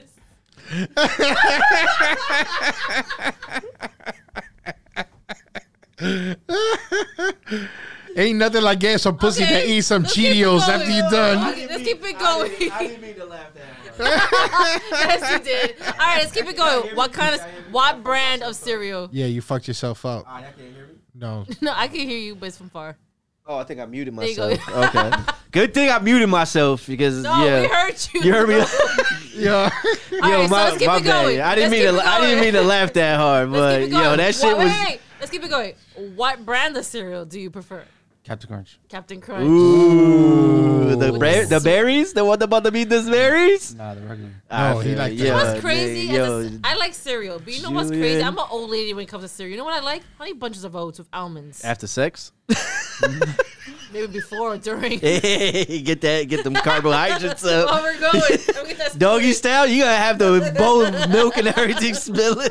was.
Ain't nothing like getting some pussy
Okay,
to eat some
let's keep it
Cheetos
going.
after you're done.
Okay, let's keep it going.
didn't mean to laugh that
yes, you did. All right, let's keep it going. What kind of, what brand of cereal?
Yeah, you fucked yourself up.
hard. I can't hear me.
No.
No, I can hear you, but it's from far.
Oh, I think I muted
you go.
myself. okay. Good thing I muted myself because
No,
yeah.
we heard you.
you heard me?
Yeah.
All
Yo,
right, so
my,
let's keep
my
it
bad.
going.
I didn't
Let's
mean to.
keep it
I didn't mean
going.
to laugh that hard,
Let's keep
but
it going.
yo, that shit
Wait,
was.
Wait, wait. Let's keep it going. What brand of cereal do you prefer?
Captain Crunch.
Captain Crunch.
Ooh, the,
Ooh.
ber- the berries, the one about to be this berries.
Nah, the regular.
I
No, Oh, he
feel
liked
it.
that.
Yeah,
What's crazy?
man,
as
yo,
a ce- I like cereal, but you know what's crazy?
Julian.
I'm an old lady when it comes to cereal. You know what I like? Honey bunches of oats with almonds.
after sex,
Maybe before or during.
get that, get them carbohydrates
While
up.
we're going. Don't get that
Doggy style, you gotta have the bowl of milk and everything spilling.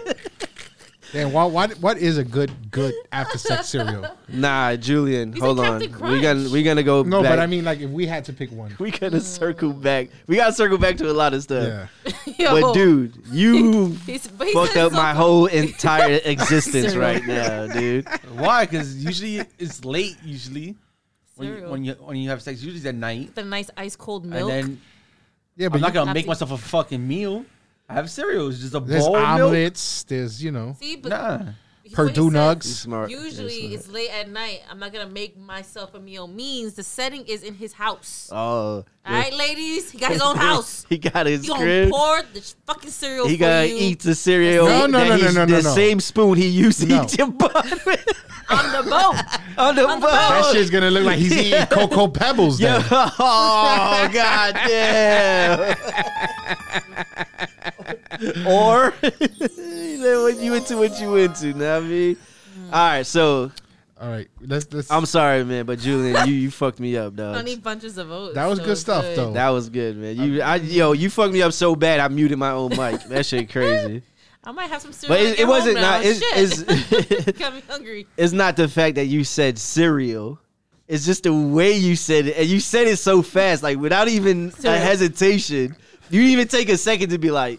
Then what what what is a good good after sex cereal?
Nah, Julian,
He's a
hold on.
Captain
We
Crunch.
gonna we gonna go.
No,
back.
but I mean like if we had to pick one.
we gotta circle back. We gotta circle back to a lot of stuff.
Yeah.
Yo.
But dude, you
He's, but he
fucked
said
up my
something.
whole entire existence
Cereal.
right now, dude.
Why? Because usually it's late. Usually when you,
Cereal.
when you when you have sex, usually it's at night,
the nice ice cold
and
milk.
then
Yeah,
I'm
but
not
you,
gonna make
Happy-
myself a fucking meal. I have cereal. It's just a
there's
bowl of milk.
omelets, there's you know
See, but
Nah,
he's- what he
Purdue
said,
You
nugs.
smart.
Usually
You're
it's late at night. I'm not gonna make myself a meal. Means the setting is in his house.
Oh,
All right, ladies, he got his own house.
He got his
He gonna
crib.
pour the sh- fucking cereal.
He
for
gotta
you
eat the cereal.
No, no,
that
no, no,
he's-
no, no,
The
no.
same spoon he used to
No.
eat your bun with
on the boat.
on the bun.
the bun.
That shit's gonna look like he's eating cocoa pebbles
Yo,
then.
oh god damn. or then what you into what you into, know what I mean? All right, so
All right. Let's let's
I'm sorry, man, but Julian, you you fucked me up, dog.
Honey bunches of oats.
That was
so
good
it's
stuff, though.
That was good, man. You, I, yo, you fucked me up so bad. I muted my own mic. That shit crazy.
I might have some cereal.
But it, it wasn't. Not,
oh,
it's, it's,
got me hungry.
it's not the fact that you said cereal. It's just the way you said it, and you said it so fast, like without even a
Cereal.
hesitation. You didn't even take a second to be like,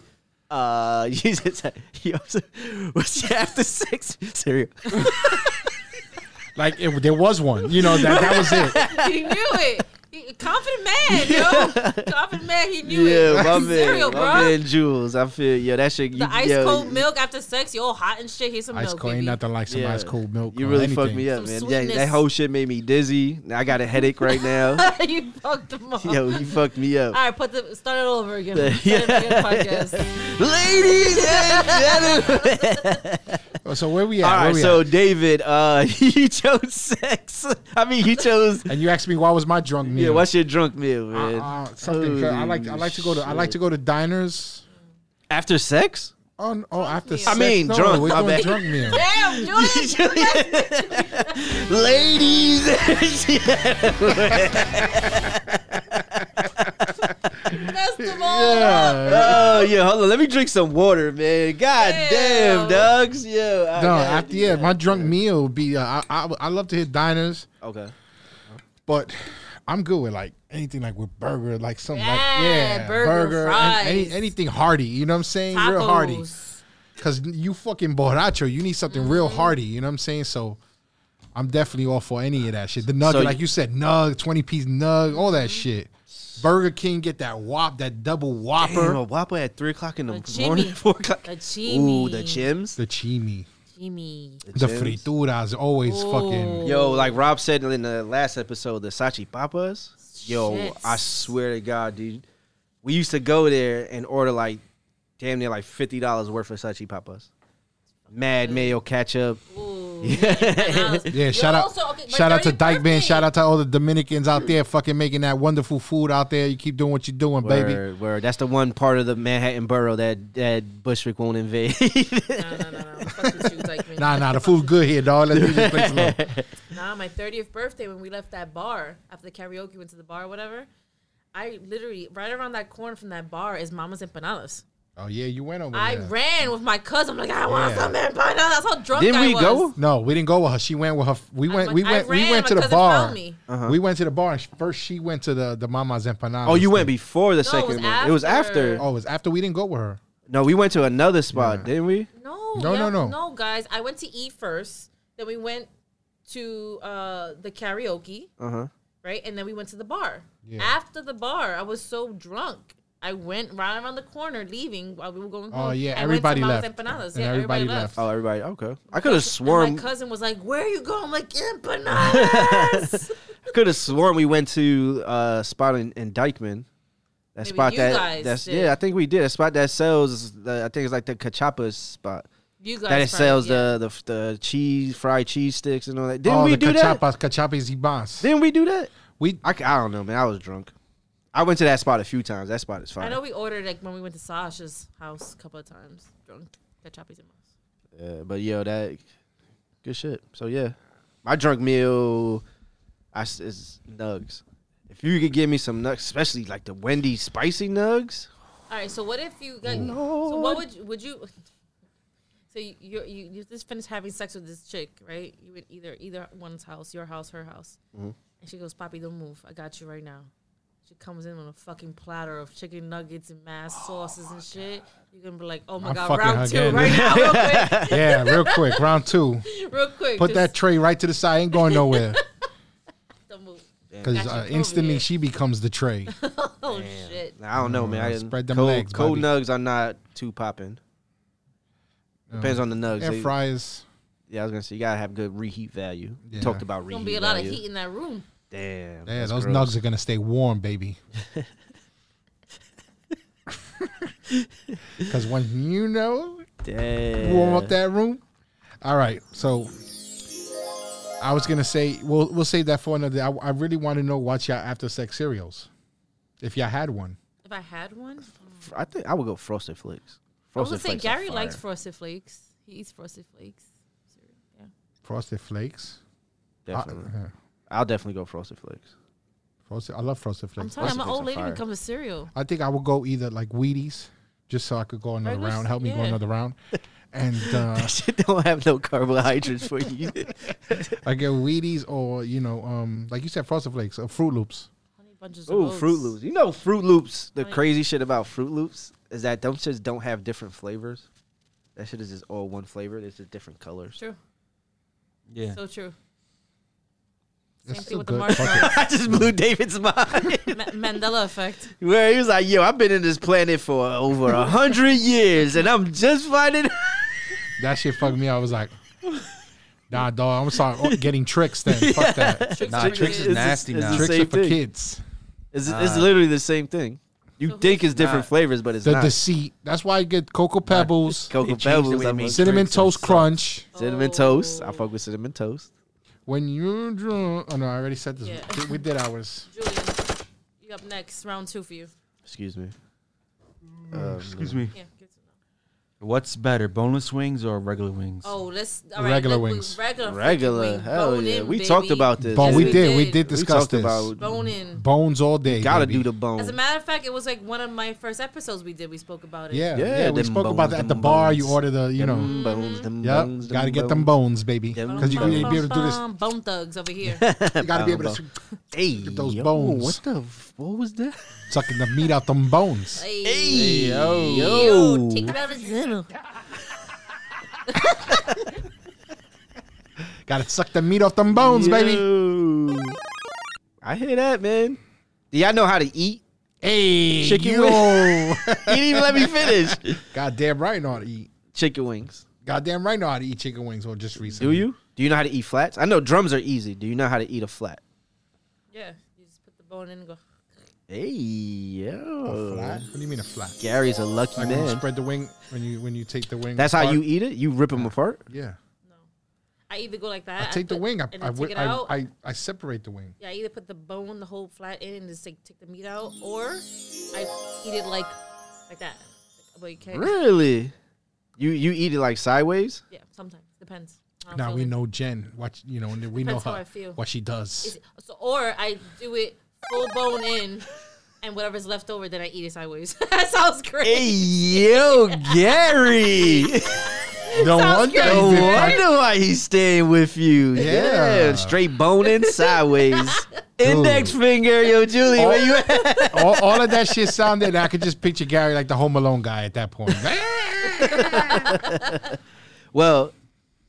"Uh, you just, yo, so- what's your after sex cereal?"
Like it, there was one, you know that that was it.
he knew it. He- confident man, yo. confident man, he knew it.
Yeah, my man,
Cereal,
my
bro.
man, Jules. I feel yeah, that shit. You,
The ice
yo,
cold
you-
milk after sex, you all hot and shit. Here's some
Ice
milk,
cold, ain't
baby.
nothing like some
yeah.
ice cold milk.
You
or
really
anything.
fucked me up, man.
Some
Yeah, that
sweetness.
whole shit made me dizzy. I got a headache right now.
you fucked them up.
yo, you fucked me up.
All right, put the start it over again. Start it again podcast.
Ladies and gentlemen.
Oh, So where we at?
All
Where
right,
we
so
at?
David, uh, he chose sex. I mean, he chose.
and you asked me why was my drunk meal?
Yeah, what's your drunk meal,
Uh,
man?
uh, something 'cause I like. I like to go to. I like to go to diners.
After sex?
On oh, after
meal.
sex,
I mean,
no,
drunk,
We're
my
doing
bad.
drunk meal.
Damn, Julian.
Ladies and
Best of all.
Yeah.
Oh yeah, hold on. Let me drink some water, man. God damn,
Damn.
dogs. Yo, I
No,
gotta
after
do
yeah,
that.
my drunk meal would be. Uh, I, I I love to hit diners,
okay.
but I'm good with like anything like with burger, like something
Yeah,
like yeah,
burger,
and any,
fries.
anything hearty. You know what I'm saying? Real hearty,
Tacos.
because you fucking borracho. You need something
Mm-hmm.
real hearty. You know what I'm saying? So. I'm definitely all for any of that shit. The nugget,
you-
like you said, nug, twenty piece nug, all
Mm-hmm.
that shit. Burger King, get that wop, that double whopper,
Damn, a Whopper at three o'clock in the
A
morning,
Jimmy.
four o'clock.
The chimi.
Ooh, the chims.
the chimi,
Chimi.
the
chims.
frituras, always fucking.
Yo, like Rob said in the last episode, the Sachi Papas. Yo,
Shit.
I swear to God, dude, we used to go there and order like damn near like fifty dollars worth of Sachi Papas. Mad mayo ketchup.
Ooh.
Yeah, shout out, shout out to Dyke Man, shout out to all the Dominicans out there, fucking making that wonderful food out there. You keep doing what you're doing, baby.
Word, word. That's the one part of the Manhattan borough that that Bushwick won't invade.
No, no, no, no. Fuck with you, Dyke Man.
Nah, nah, the food good here, dog. Let's leave this place alone.
Nah, my 30th birthday when we left that bar after the karaoke went to the bar or whatever. I literally right around that corner from that bar is Mama's Empanadas.
Oh yeah, you went over
I
there.
ran with my cousin. I'm like, I want
Yeah.
some empanadas. That's how drunk
Didn't
I
we
was.
go?
no, we didn't go with her. She went with her. We went. we
I
went.
ran,
we went
my
to the
cousin
bar.
found me.
We went to the bar. and sh- First, she went to the the Mama's empanadas.
Uh-huh. Oh, you went
thing.
before the
No, it
second
was
one. It was
after.
after.
Oh, it was after we didn't go with her.
No, we went to another spot, didn't we?
No,
No,
yeah,
no, no.
no, guys. I went to eat first. Then we went to uh, the karaoke,
Uh huh.
right? And then we went to the bar.
Yeah.
After the bar, I was so drunk. I went right around the corner, leaving while we were going
Oh,
home.
yeah,
I went to
everybody
Mama's
left.
Empanadas.
And
Yeah,
everybody
everybody,
left.
left.
Oh, everybody. Okay. I could have
And
sworn.
my cousin was like, "Where are you going?" I'm like, "Empanadas."
I could have sworn we went to uh, spot in, in Dykeman. That
Maybe
spot
you
that
guys
that's
did.
yeah. I think we did a spot that sells. The, I think it's like the cachapas spot
you
that uh,
guys
it
probably-
sells
yeah.
the, the the cheese fried cheese sticks and all that. Didn't
oh,
we
the
do that?
cachapas, cachapas y mas.
Didn't we do that?
We
I, c- I don't know, man. I was drunk. I went to that spot a few times. That spot is fine.
I know we ordered like when we went to Sasha's house a couple of times, drunk, got choppies and mouse.
Yeah, Uh, but yo, that good shit. So yeah, my drunk meal, I s- is nugs. If you could give me some nugs, especially like the Wendy's spicy nugs,
All right, so what if you got? So what would you, would you? So you, you you you just finished having sex with this chick, right? You in either either one's house, your house, her house, and she goes, "Poppy, don't move. I got you right now." She comes in on a fucking platter of chicken nuggets and mass sauces and shit. You're gonna be like, "Oh my
I'm
god,
fucking her
round two
again.
right now, real
yeah, real quick, round two.
quick, real quick."
Put that
just
tray right to the side. Ain't going nowhere
don't move.
because
Got you
uh,
covered.
instantly she becomes the tray.
Oh shit!
Nah, I don't know, man. I didn't-
Mm, spread them
cold,
legs,
Cold
Bobby.
nugs are not too popping. Depends on the nugs.
Mm. Air
They-
fryers.
yeah, I was gonna say you gotta have good reheat value.
Yeah.
You talked about
There's
reheat.
gonna be a lot of
value.
heat in that room.
Damn.
Yeah,
that's
those
gross.
nugs are gonna stay warm, baby. Because when you know,
Damn.
warm up that room. All right, so I was gonna say we'll we'll save that for another. day. I, I really want to know what's y'all after sex cereals, if y'all had one.
If I had one,
I think I would go frosted flakes.
I was
Frosted
gonna say
Flakes are
Gary
fire.
likes frosted flakes. He eats frosted flakes. Cereal, Yeah.
Frosted Flakes. I,
Definitely,
yeah,
I'll definitely go frosted flakes.
frosted, I love Frosted
I'm
Flakes.
sorry, I'm
Frosted
an
Flakes
old
are
lady when
fire.
it comes to cereal.
I think I would go either like Wheaties, just so I could go another
Regular
round.
s-
Help me go
yeah.
another round. And uh,
That shit don't have no carbohydrates for you.
I get Wheaties or you know, um, like you said, Frosted Flakes or Fruit Loops.
Honey bunches of
Oh,
Oats.
Fruit Loops. You know, Fruit Loops. The
Like-
crazy shit about Fruit Loops is that them shits don't have different flavors. That shit is just all one flavor. There's just different colors.
True.
Yeah.
So true. Same
It's
thing
still
with the
good.
martial
Fuck it.
arts.
I just blew David's mind.
Ma- Mandela effect.
Where he was like, "Yo, I've been in this planet for over a hundred years, and I'm just finding."
That shit fucked me. up. I was like, nah, dog. I'm sorry. Oh, getting tricks then. Fuck that.
Tricks
Nah,
for
tricks is
kids.
nasty
it's
now.
the
Tricks are
same
for
thing.
kids.
It's, it's
Nah.
literally the same thing. You
So
think it's
who's
different
not-
flavors, but it's
The
not.
deceit. That's why you get cocoa pebbles,
Cocoa
It changed the
Pebbles,
way
I
they
mean,
make
cinnamon
drinks and
toast
stuff.
crunch.
cinnamon toast. I
Oh.
fuck with cinnamon toast.
When you're drunk. Oh no, I already said this.
Yeah.
We did ours.
Julian, you up next? Round two for you.
Excuse me. Um,
Excuse me.
Yeah. give it to me.
What's better, boneless wings or regular wings?
Oh, let's all right,
Regular
let- we-
wings.
Regular, freaking
Regular.
wing.
Hell
Bone
yeah.
in,
We
baby.
talked about this.
Bone.
Yes,
we,
we
did. We
did.
did
We
discuss
talked
this.
about-
bone in.
Bones all day.
Gotta
baby.
do the bone.
As a matter of fact, it was like one of my first episodes we did. We spoke about it.
Yeah,
Yeah,
yeah. We
them
spoke about
bones,
that at the
them
bar. You
bones.
order the, you know.
Them Mm, bones, them bones,
Yep. Gotta get them bones, baby.
Them
Because you gotta
bones.
be able to do this.
Bum, Bone thugs over here.
You gotta be able to
Hey,
those
yo,
bones.
What the? f- What was that?
sucking the meat out them bones.
Hey,
Hey, yo.
yo, take it out of dinner.
Gotta suck the meat off them bones, baby.
Yo. I hear that, man. Do y'all know how to eat?
Hey,
Chicken
yo.
You didn't even let me finish.
Goddamn right know how to eat.
Chicken wings.
Goddamn right know how to eat chicken wings or just
Do
recently.
you? Do you know how to eat flats? I know drums are easy. Do you know how to eat a flat?
Yeah, you just put the bone in and go.
Hey,
A
yo.
flat? What do you mean a flat?
Gary's a lucky
Like when you
man.
spread the wing when you when you take the wing.
That's how
apart?
you eat it? You rip them apart?
Yeah.
I either go like
I
that.
take the
put-
wing. I
and
I,
I
wi-
take it
I,
out.
I, I separate the wing.
Yeah, I either put the bone, the whole flat in, and just like take the meat out, or I eat it like like that. But you can't.
Really? You you eat it like sideways?
Yeah, sometimes depends. how I'm
Now we
feeling.
know Jen. Watch you know, and we know
Depends how
her
I feel.
what she
Is
does.
it- so, or I do it full bone in, and whatever's left over, then I eat it sideways. that sounds great.
Hey, yo, Gary.
No
Sounds
wonder.
good.
No
you did that.
wonder why he's staying with you. Yeah.
Yeah.
Straight boning sideways. Index finger, yo, Julie, where you at?
all, all of that shit sounded. I could just picture Gary like the Home Alone guy at that point.
Well,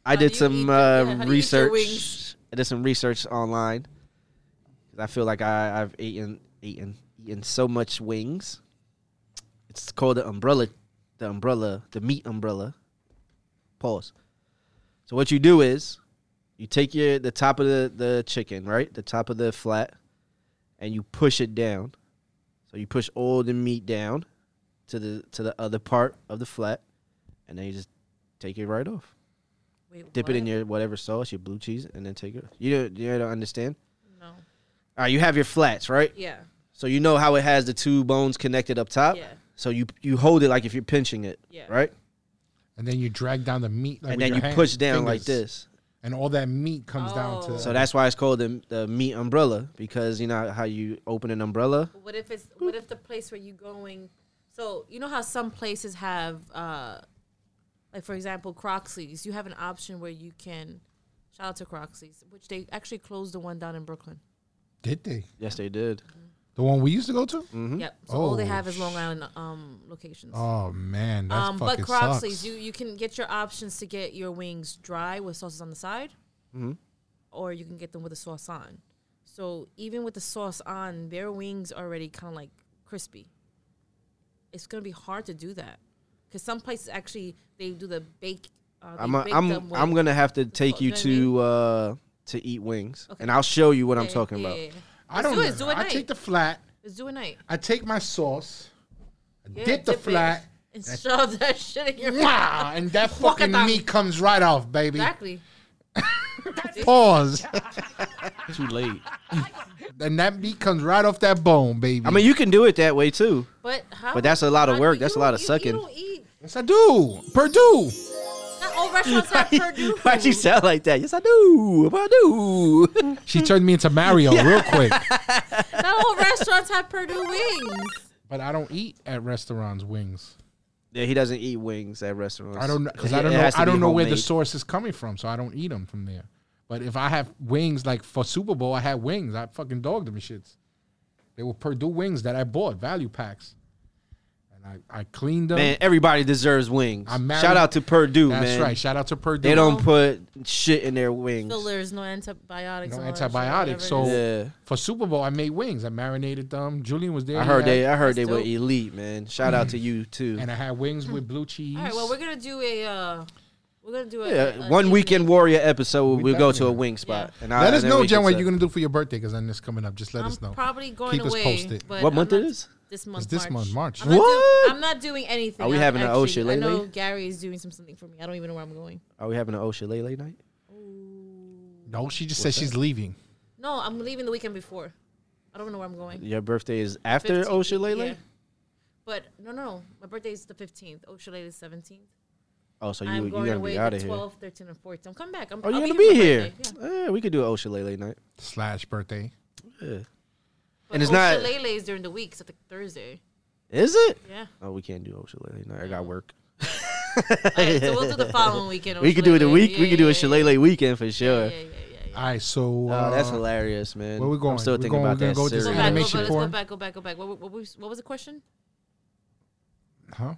I
do
did
you eat
some
your- yeah, how do you
uh,
eat your
research.
wings?
I did some research online. 'Cause I feel like I, I've eaten, eaten, eaten so much wings. It's called the umbrella, the umbrella, the meat umbrella. Pause. So what you do is, you take your the top of the the chicken, right, the top of the flat, and you push it down. So you push all the meat down to the to the other part of the flat, and then you just take it right off.
Wait,
Dip it in
what?
your whatever sauce, your blue cheese, and then take it. You don't, you don't understand.
No.
All right, you have your flats, right?
Yeah.
So you know how it has the two bones connected up top.
Yeah.
So you you hold it like if you're pinching it,
Yeah.
right?
and then you drag down the meat, like
and
with
then
your
you
hand,
push down like
fingers. Uh-huh.
this.
and all that meat comes down to.
Oh.
So that's why it's called the, the meat umbrella because you know how you open an umbrella.
But what if it's what if the place where you going? So you know how some places have, uh, like for example, Croxley's. You have an option where you can. Shout out to Croxley's, which they actually closed the one down in Brooklyn.
did they
Yes, they did.
the one we used to go to?
Mm-hmm.
Yep. So all they
Oh,
have is Long Island um, locations.
Oh man, that
Um, but
fucking
Croxley's,
sucks.
you, you can get your options to get your wings dry with sauces on the side,
Mm-hmm.
or you can get them with the sauce on. So even with the sauce on, their wings are already kind of like crispy. It's gonna be hard to do that because some places actually they do the bake. Uh, they
I'm a,
bake them
I'm
with-
I'm gonna have to take
called-
you
you know
to uh to eat wings,
Okay.
and I'll show you what I'm
Yeah,
talking
yeah,
about.
yeah, yeah.
I don't.
do it,
know.
do it
I
night.
take the flat.
Let's do a night.
I take my sauce. I
Yeah,
dip the
dip it
flat.
and shove that shit in your
Wow, and that
Walk it
fucking
down.
meat comes right off, baby.
Exactly.
Pause,
Too late.
and that meat comes right off that bone, baby.
I mean, you can do it that way too.
But how?
But that's a lot of
how do
work.
you-
That's a lot of
you- you
sucking.
don't eat-
yes, I do. Purdue.
Not all restaurants have Purdue.
Why'd you sound like that? Yes, I do. I do.
She turned me into Mario real quick.
Not all restaurants have Purdue wings.
But I don't eat at restaurants wings.
Yeah, he doesn't eat wings at restaurants.
I don't know because
It-
I don't
it
know
has to
I
be
don't know where the
homemade.
source is coming from, so I don't eat them from there. But if I have wings, like for Super Bowl, I had wings. I fucking dogged them shits. They were Purdue wings that I bought, value packs. And I, I cleaned up.
Man, everybody deserves wings.
I'm married-
Shout out to Purdue,
That's
man.
right. Shout out to Purdue.
They don't put shit in their wings.
Fillers, no antibiotics.
No
all that shit,
antibiotics,
whatever it is.
Yeah.
For Super Bowl, I made wings. I marinated them. Julian was there.
I
He
heard uh,
had-
they I heard they
That's
were
dope.
elite, man. Shout out to you too.
And I had wings with blue cheese.
All right. Well, we're gonna do a. Uh, we're gonna do a,
Yeah,
a-
one
a-
weekend warrior episode.
We
We'll go
definitely
to a
have.
wing spot. And
let us
and then
know,
we
Jen,
can
what
set-
you're gonna do for your birthday because then it's coming up. Just let
I'm
us know.
probably going
Keep us
away.
posted.
but
What
I'm
month
not-
it is?
This month.
this month, March.
I'm not,
What?
doing, I'm not doing anything.
Are we
I'm
having an
actually,
Ocean
I know
Lele?
Gary is doing some, something for me. I don't even know where I'm going.
Are we having an Oshalele night?
No, she just said she's leaving.
No, I'm leaving the weekend before. I don't know where I'm going.
Your birthday is after
15th,
Oshalele?
yeah. But no, no, my birthday is the 15th. Ocean is 17th.
Oh, so you
I'm
you
going
gotta
away
be
the
out of here.
12th, 13th, and 14th. I'm coming back. I'm,
Oh, you're
I'll
gonna
for
be
my
here.
birthday, yeah.
Yeah, we could do an Oshalele night.
Slash birthday.
But
And it's not-
Oceanlele is during the week. It's like Thursday.
Is it?
Yeah.
Oh, we can't do Oshalele night. I
Mm.
got work.
All right, so we'll do the following weekend.
We could do it a
Oceanlele.
week.
Yeah,
we could do a
yeah, yeah,
Shillelagh weekend for
Yeah,
sure.
yeah, yeah, yeah, yeah.
All right, so uh,
Oh, that's hilarious, man.
where we going?
I'm still
We
thinking
going-
about
we gonna
that.
go to this
Go
series.
back,
Animation
go back,
porn.
Let's go back, go back, go back. What, what, what was, what was the question?
huh?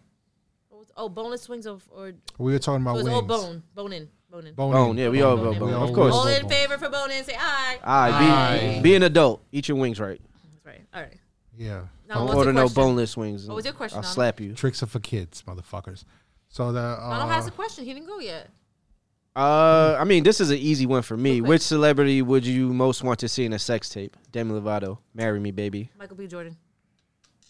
What was, oh, boneless wings of or it
We were talking about
was
Oh, wings.
all bone, bone in, bone in.
Bone,
Bone, yeah, we all
about bone.
all
Of course.
will
all
vote
in
bone.
favor for bone in. Say aye.
All right, be,
Aye.
be an adult. Eat your wings right.
That's right. All right.
Yeah.
Now,
Don't
what's the
order no
question?
boneless wings.
What was your question,
I'll
Donald?
slap you.
Tricks are for kids, motherfuckers. So the
Donald
uh,
has a question. He didn't go yet.
Uh, I mean, this is an easy one for me.
Perfect.
Which celebrity would you most want to see in a sex tape? Demi Lovato, "Marry Me, Baby."
Michael B. Jordan.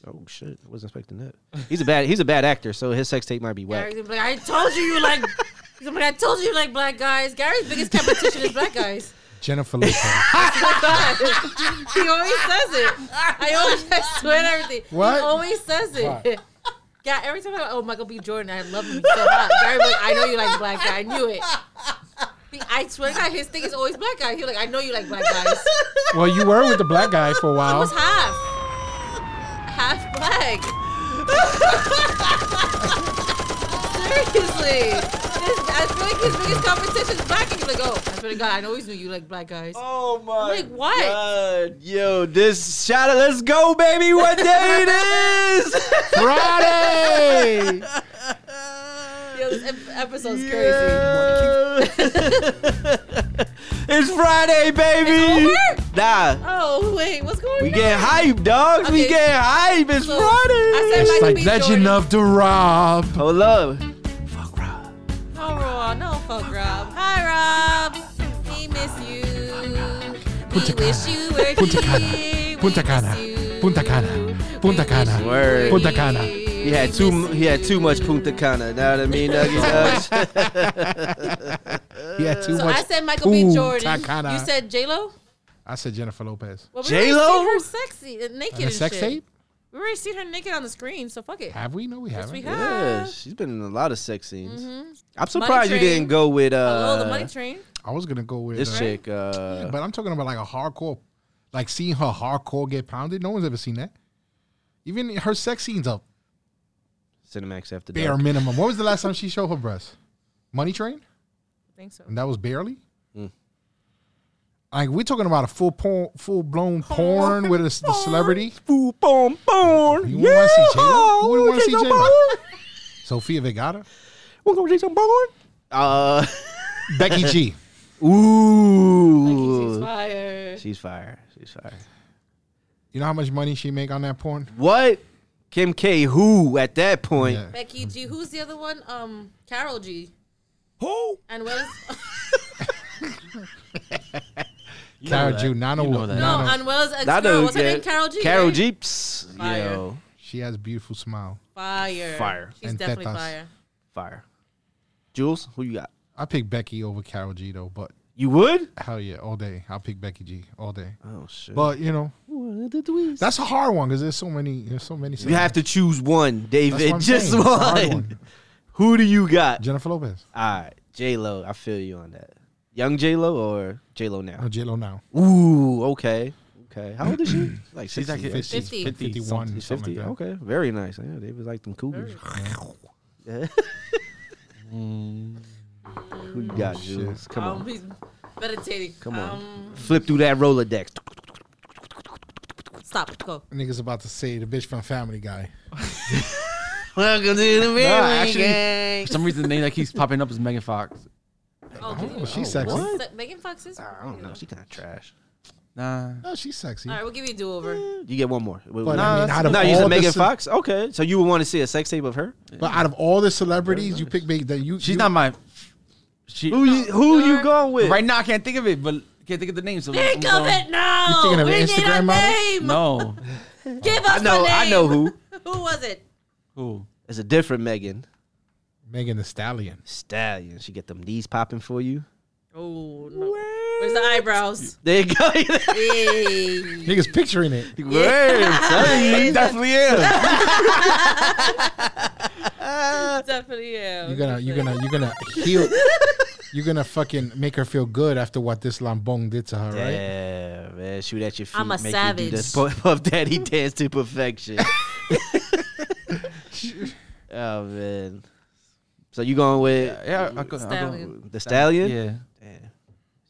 Oh shit, I wasn't expecting that. He's a bad. He's a bad actor, so his sex tape might be whack.
Gary's gonna be like, I told you you like. He's gonna be like, I told you you like black guys. Gary's biggest competition is black guys.
Jennifer Lopez.
He always says it. I always I swear and everything.
What?
He always says it.
What?
Yeah, every time I'm like, oh, Michael B. Jordan, I love him He's so hot. Gary be like, I know you like black guy. I knew it. He- I swear to God, his thing is always black guy. He like, I know you like black guys.
well, you were with the black guy for a
I
while.
was half. Half black. Seriously. His, I feel like his biggest competition is black. And he's like, oh, I swear to God, I always knew you like black guys.
Oh my
like, what?
god, yo! This shout out. Let's go, baby. What day it is?
Friday.
Yo, this ep- episode's
Yeah. it's Friday, baby.
It's
nah,
Oh, wait, what's going
we
on?
get hype, dogs. We
Okay.
get hype. It's
So, I
Friday.
said-
It's
Michael
like
B.
Legend
Jordan.
of the Rob.
Hold up. Fuck Rob.
Oh, Rob, no fuck Rob. Hi, Rob. We miss you.
Punta
we
Cana.
wish you were
Punta Cana.
here. We
Punta
miss
Cana.
you.
Punta Cana.
We
Punta
wish
Cana.
you
Word.
were
Punta Cana.
here.
He had
We
too.
miss
He had too much
you.
punta cana. Know what I mean, Nuggy Nugs?
Oh
He
Uh,
had too
So
much.
I said Michael B.
Ooh,
Jordan.
Takana.
You said J Lo.
I said Jennifer Lopez.
Well, we
J-Lo?
already seen her sexy, uh, naked,
And a
and
sex
shit.
tape?
We already seen her naked on the screen, so fuck it.
Have we? No, we haven't.
we have.
Yeah, she's been in a lot of sex scenes. I'm
Mm-hmm. Money
surprised you
Train.
didn't go with
Hello, the money
uh,
train.
I was gonna go with
this
uh,
chick. Uh,
but I'm talking about like a hardcore, like seeing her hardcore get pounded. No one's ever seen that. Even her sex scenes are
Cinemax after
bare
dark.
minimum. When was the last time she showed her breasts? Money Train,
I think so.
and that was barely.
Mm.
Like we're talking about a full porn, full blown porn with a, s- the celebrity.
Boom, boom, boom. Oh,
You wouldn't wanna see J-Lo? You wouldn't wanna see J-Lo? Sophia Vergara,
We're gonna see some porn. Uh,
Becky G.
ooh,
She's fire.
she's fire. She's fire.
You know how much money she make on that porn?
What? Kim K. Who at that point?
Yeah.
Becky G. Who's the other one? Um, Carol G.
Who?
And what is?
You know
Cara
that.
June, Nana,
You know
Wa-
that.
No,
Nana-
and Wells ex
Not
girl.
know
What's her
who
name?
ca-
Carol G.
Carol
right?
Jeeps.
Fire.
Yo,
she has beautiful smile.
Fire.
Fire.
She's
And
definitely
tetas.
fire.
fire. Jules, who you got?
I pick Becky over Carol G though, but
You would?
hell yeah, all day. I'll pick Becky G all day.
Oh shit.
But you know, that's a hard one because there's so many. There's so many.
You have to choose one,
That's what
David.
I'm
Just
saying. It's a hard
one. Who do you got?
Jennifer Lopez.
All right, J Lo. I feel you on that. Young J Lo or J Lo now?
No, J Lo now.
Ooh, okay, okay. How old is she? Like
She's like
60,
a-
right?
She's
50.
51,
Something.
She's
something
fifty.
like that.
okay, very nice. Yeah, they was like them cougars. Yeah. Who you got,
shit.
Jules? Come
Um,
on,
he's meditating.
Come on.
Um,
flip through that Rolodex.
stop. Go.
Niggas about to say the bitch from Family Guy.
Welcome to the
No,
Midway
actually,
Gang.
for some reason the name that keeps popping up is Megan Fox.
Oh,
Oh, she's sexy.
what?
Se- Megan Fox is.
I don't know. She kind of trash.
Nah.
No, she's sexy.
All right, we'll give you a do over.
You get one more. Wait,
But
wait.
I mean,
that's-
out of
no,
all
you said
the
Megan
ce-
Fox. Okay, so you would want to see a sex tape of her?
But out of all the celebrities, you pick Megan. That you
She's
you-
not my she
Who you, who you
you're-
going with?
right now I can't think of it, but can't think of the name. So I'm
Think of
going-
mm-hmm.
it now.
thinking of
we
an
need a
Instagram model?
name.
No.
Give
I
us
know.
a name.
I know who.
Who was it?
Who?
It's a different Megan
Megan the Stallion.
Stallion. She get them knees popping for you.
Oh, no. where's the eyebrows?
There you go.
Hey.
Niggas picturing it.
Word, I'm telling you.
Definitely is.
Definitely yeah.
You're gonna you're gonna you're gonna heal. You're gonna fucking make her feel good after what this lambong did to her, right?
Yeah, man. Shoot at your feet.
I'm a
make You
savage.
do this Puff Puff Daddy dance to perfection. oh man. So you going with
Yeah, I could. I'll go.
Stallion.
the stallion?
Yeah.
Damn.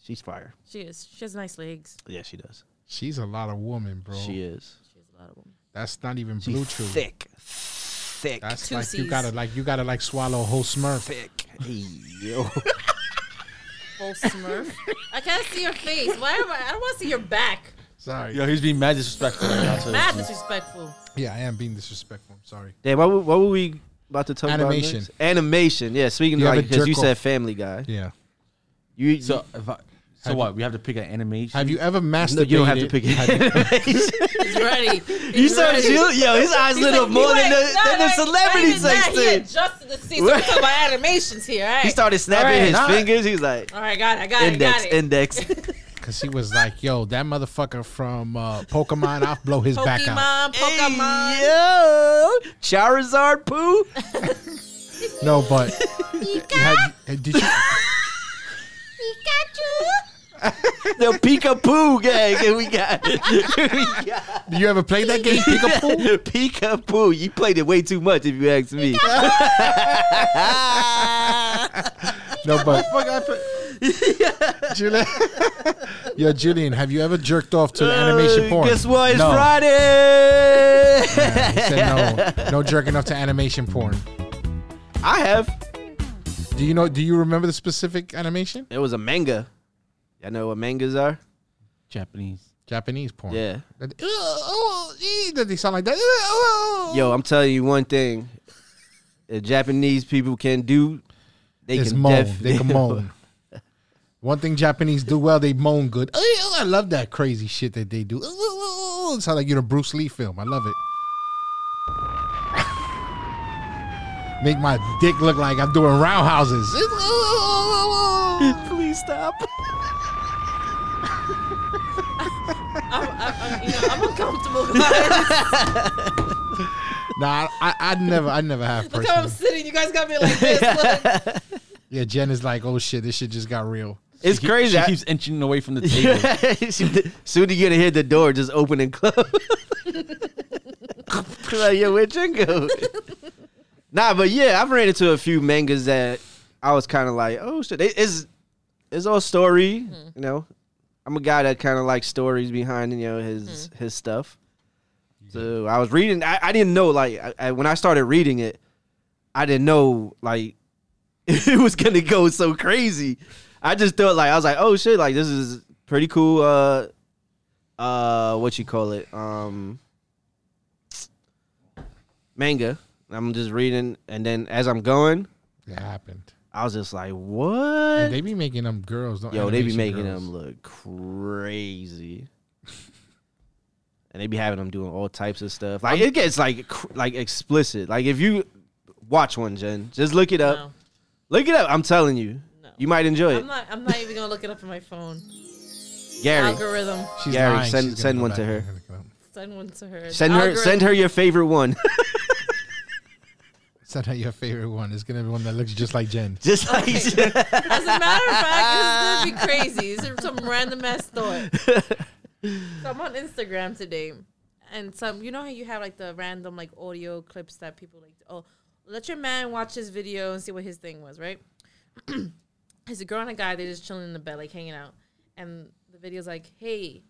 She's fire.
She is. She has nice legs.
Yeah, she does.
She's a lot of woman, bro.
She is.
She has a lot of them.
That's not even
She's
blue chew.
thick, thick,
That's
Two
like you
Cs.
gotta like you gotta like swallow a whole Smurf.
thick. Hey, yo.
Full Smurf. I can't see your face. Why am I? I don't want to see your back.
Sorry.
Yo, he's being mad disrespectful. right now, so-
Mad disrespectful.
Yeah, I am being disrespectful. I'm sorry.
Damn, what, were- what were we about to talk
Animation.
about? Animation. Animation. Yeah, speaking
You
of
have
like,
a
because you
jerk
said
off.
Family Guy.
Yeah.
You,
So, if I, so
Have
what? We have to pick an animation.
Have you ever masturbated?
no, you don't have to pick
Have you-
it.
He's ready.
You
He's
saw
ready.
you, yo. His eyes
He's
lit
like,
up more
he
than
went,
the,
no,
than the
like,
celebrity
not even
sex
that, He
thing.
adjusted the seats. We're talking about animations here. All right.
He started snapping
Alright,
his
nah.
fingers. He was like,
All right, got it. I got
index,
it. I got it.
index.
Cause he was like, "Yo, that motherfucker from uh, Pokemon, I'll blow his back out."
Pokemon, Pokemon.
Hey, yo, Charizard poo.
No, but had, had- did you?
The Pika Poo gang. We got it. we got it.
You ever played that game? Peekaboo?
Pika Poo. You played it way too much, if you ask me.
No, but
Fuck, I put-
Julian. Yo, Julian, have you ever jerked off to animation porn?
Uh, Guess what? It's
No.
Friday.
He said no, no jerking off to animation porn.
I have.
Do you know? Do you remember the specific animation?
It was a manga. Y'all know what mangas are?
Japanese.
Japanese porn.
Yeah.
That, oh, that oh, they sound like that.
Yo, I'm telling you one thing. If Japanese people can do, they
it's
can
moan.
def-
they can moan. One thing Japanese do well, they moan good. Oh, I love that crazy shit that they do. It sounds like you're in a Bruce Lee film. I love it. Make my dick look like I'm doing roundhouses.
Please stop.
I'm, I'm, I'm, you know, I'm uncomfortable. guys.
Nah, I, I never, I never have
Look how I'm
personally.
sitting. You guys got me like this. Look.
Yeah, Jen is like, oh shit, this shit just got real.
It's
She keep-
crazy.
She
I-
keeps inching away from the table.
She- Soon you're gonna hear the door just open and close. like, yo, where'd you go? nah, but yeah, I've ran into a few mangas that I was kind of like, oh shit, It- it's it's all story,
Mm-hmm.
you know. I'm a guy that kind of likes stories behind you know his
Mm-hmm.
his stuff. So I was reading. I, I didn't know like I, I, when I started reading it, I didn't know like it was gonna go so crazy. I just thought like I was like, oh shit, like this is pretty cool. Uh, uh, what you call it? Um, manga. I'm just reading, and then as I'm going,
It happened.
I was just like,
And
what?
they be making them girls. Don't
Yo, they be
animation
making
girls.
them look crazy. And they be having them doing all types of stuff. Like it gets like cr- like explicit. Like if you watch one, Jen, just look it up.
No,
Look it up. I'm telling you,
No.
you might enjoy it.
I'm not. I'm not even gonna look it up on my phone.
Gary,
Algorithm.
She's
Gary,
lying.
send-
She's gonna
send
go
one to
back
her.
and look it up.
Send one to her.
send her send her your favorite one.
Send her your favorite one. It's gonna be one that looks just like Jen.
just like
As a matter of fact, this is gonna be crazy. This is some random ass thought. So I'm on Instagram today, and some you know how you have like the random like audio clips that people like. Oh, let your man watch his video and see what his thing was. Right? It's a girl and a guy. They're just chilling in the bed, like hanging out, and the video's like, "Hey,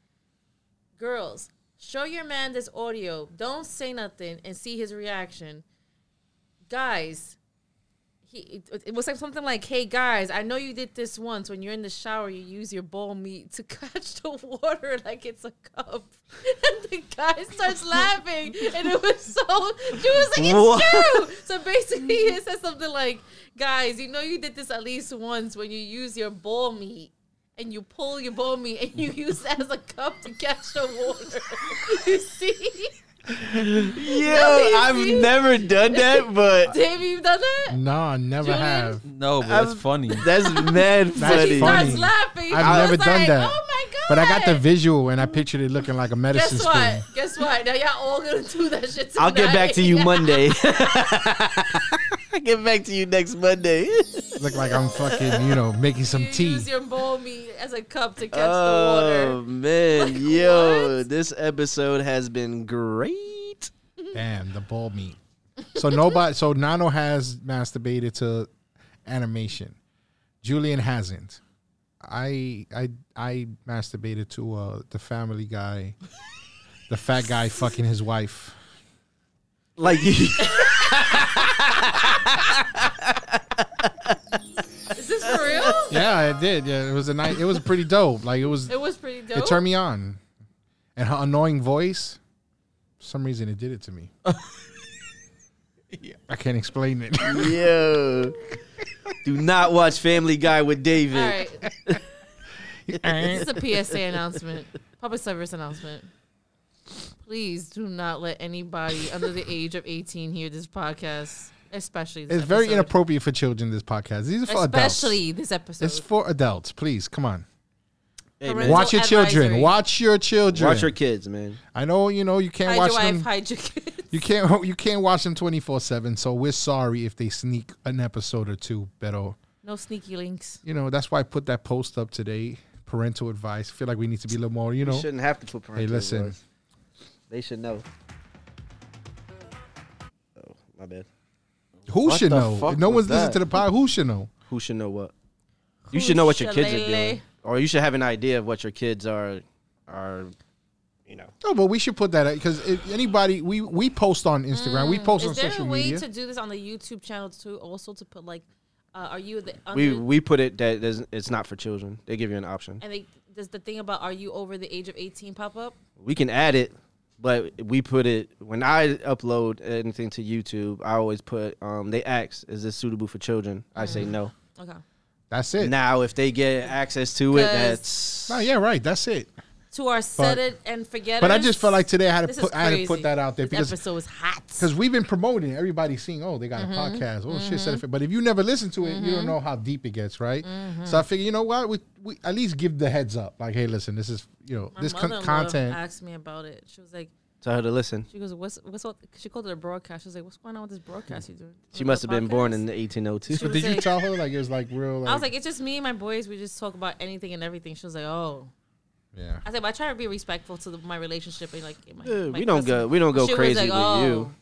girls, show your man this audio. Don't say nothing and see his reaction." guys, he it- it was like something like, "Hey guys, I know you did this once. When you're in the shower, you use your ball meat to catch the water like it's a cup." And the guy starts laughing, and it was so. She was like, "It's
What?
true." So basically, it says something like, "Guys, you know you did this at least once when you use your ball meat." And you pull your ball meat and you use it as a cup to catch the water. you see?
Yo,
That'd be
I've
easy.
never done that, but
Dave, you've done that?
Nah, never
Julian?
have.
No, but
I'm-
that's funny.
that's mad
That's
funny.
She starts
funny.
laughing.
I've
I
never
was
done
like,
that.
Oh my god!
But I got the visual and I pictured it looking like a medicine
Guess
spoon.
what? Guess what? Now y'all all gonna do that shit. Tonight.
I'll get back to you Monday. I'll get back to you next Monday.
Look like I'm fucking, you know, making some
you
tea.
Use your bowl meat as a cup to catch the
Oh
water.
man,
Like,
yo,
what?
this episode has been great.
Damn, the ball meat. So nobody so Nano has masturbated to animation. Julian hasn't. I I I masturbated to uh the family guy. The fat guy fucking his wife.
Like you,
Is this for real?
Yeah, I did. Yeah, it was a night it was pretty dope. Like it was
It was pretty dope.
it turned me on. And her annoying voice, for some reason it did it to me. I can't explain it.
yo, do not watch Family Guy with David.
all right. this is a PSA announcement. Public service announcement. Please do not let anybody under the age of 18 hear this podcast, especially this
It's very
episode.
inappropriate for children. This podcast. These are for adults.
Especially this episode.
It's for adults. Please, come on.
Hey, man,
Parental
Watch your children.
advisory.
Watch your children.
watch your kids, man.
I know you know you can't
Hide
watch
your wife,
them.
hide your kids.
You can't you can't watch them twenty four seven. So we're sorry if they sneak an episode or two. But
No sneaky links.
you know that's why I put that post up today. Parental advice. Feel like we need to be a little more. You
You
know.
shouldn't have to put parental.
listen.
advice. they should know. Oh, my bad.
Who
What
should
the
know?
fuck
If no
was
one's listening to the pod. Who should know?
Who should know what?
Who
You should know what your kids are
shillelagh?
doing, or you should have an idea of what your kids are are, you know.
No, but we should put that because if anybody we we post on Instagram, we post on
Mm, Is there a
social
way
media.
to do this on the YouTube channel too? Also to put like, uh, are you the under,
We we put it that there's- it's not for children. They give you an option.
Mm-hmm. and they, does the thing about are you over the age of eighteen pop up?
We can add it, but we put it when I upload anything to YouTube. I always put um they ask, is this suitable for children? I say
Mm-hmm.
no.
Okay.
that's it.
Now if they get access to it,
'Cause-
that's
No, yeah, right. That's it.
To our set it and forget it.
But I just felt like today I had to
This is
put I had to
crazy.
put that out there
this
because
episode was hot.
because we've been promoting it. everybody's seeing oh they got a
Mm-hmm.
podcast oh shit set it. but if you never listen to it you don't know how deep it gets right
Mm-hmm.
so I figure you know what we, we at least give the heads up like hey listen this is you know
My
this con-
mother-in-law
content
asked me about it. She was like,
tell her to listen.
she goes, what's what's all, she called it a broadcast. She was like, what's going on with this broadcast you doing?
She must have been born
Podcast?
in oh the 1802.
She
but
was
did you
like-
tell her like it was like real like,
I was like, it's just me and my boys. We just talk about anything and everything. She was like, oh.
yeah
I said, but I try to be respectful to the, my relationship and like my.
Yeah,
my
we don't
cousin.
go we don't go
She was
crazy
like,
with
"Oh."
you.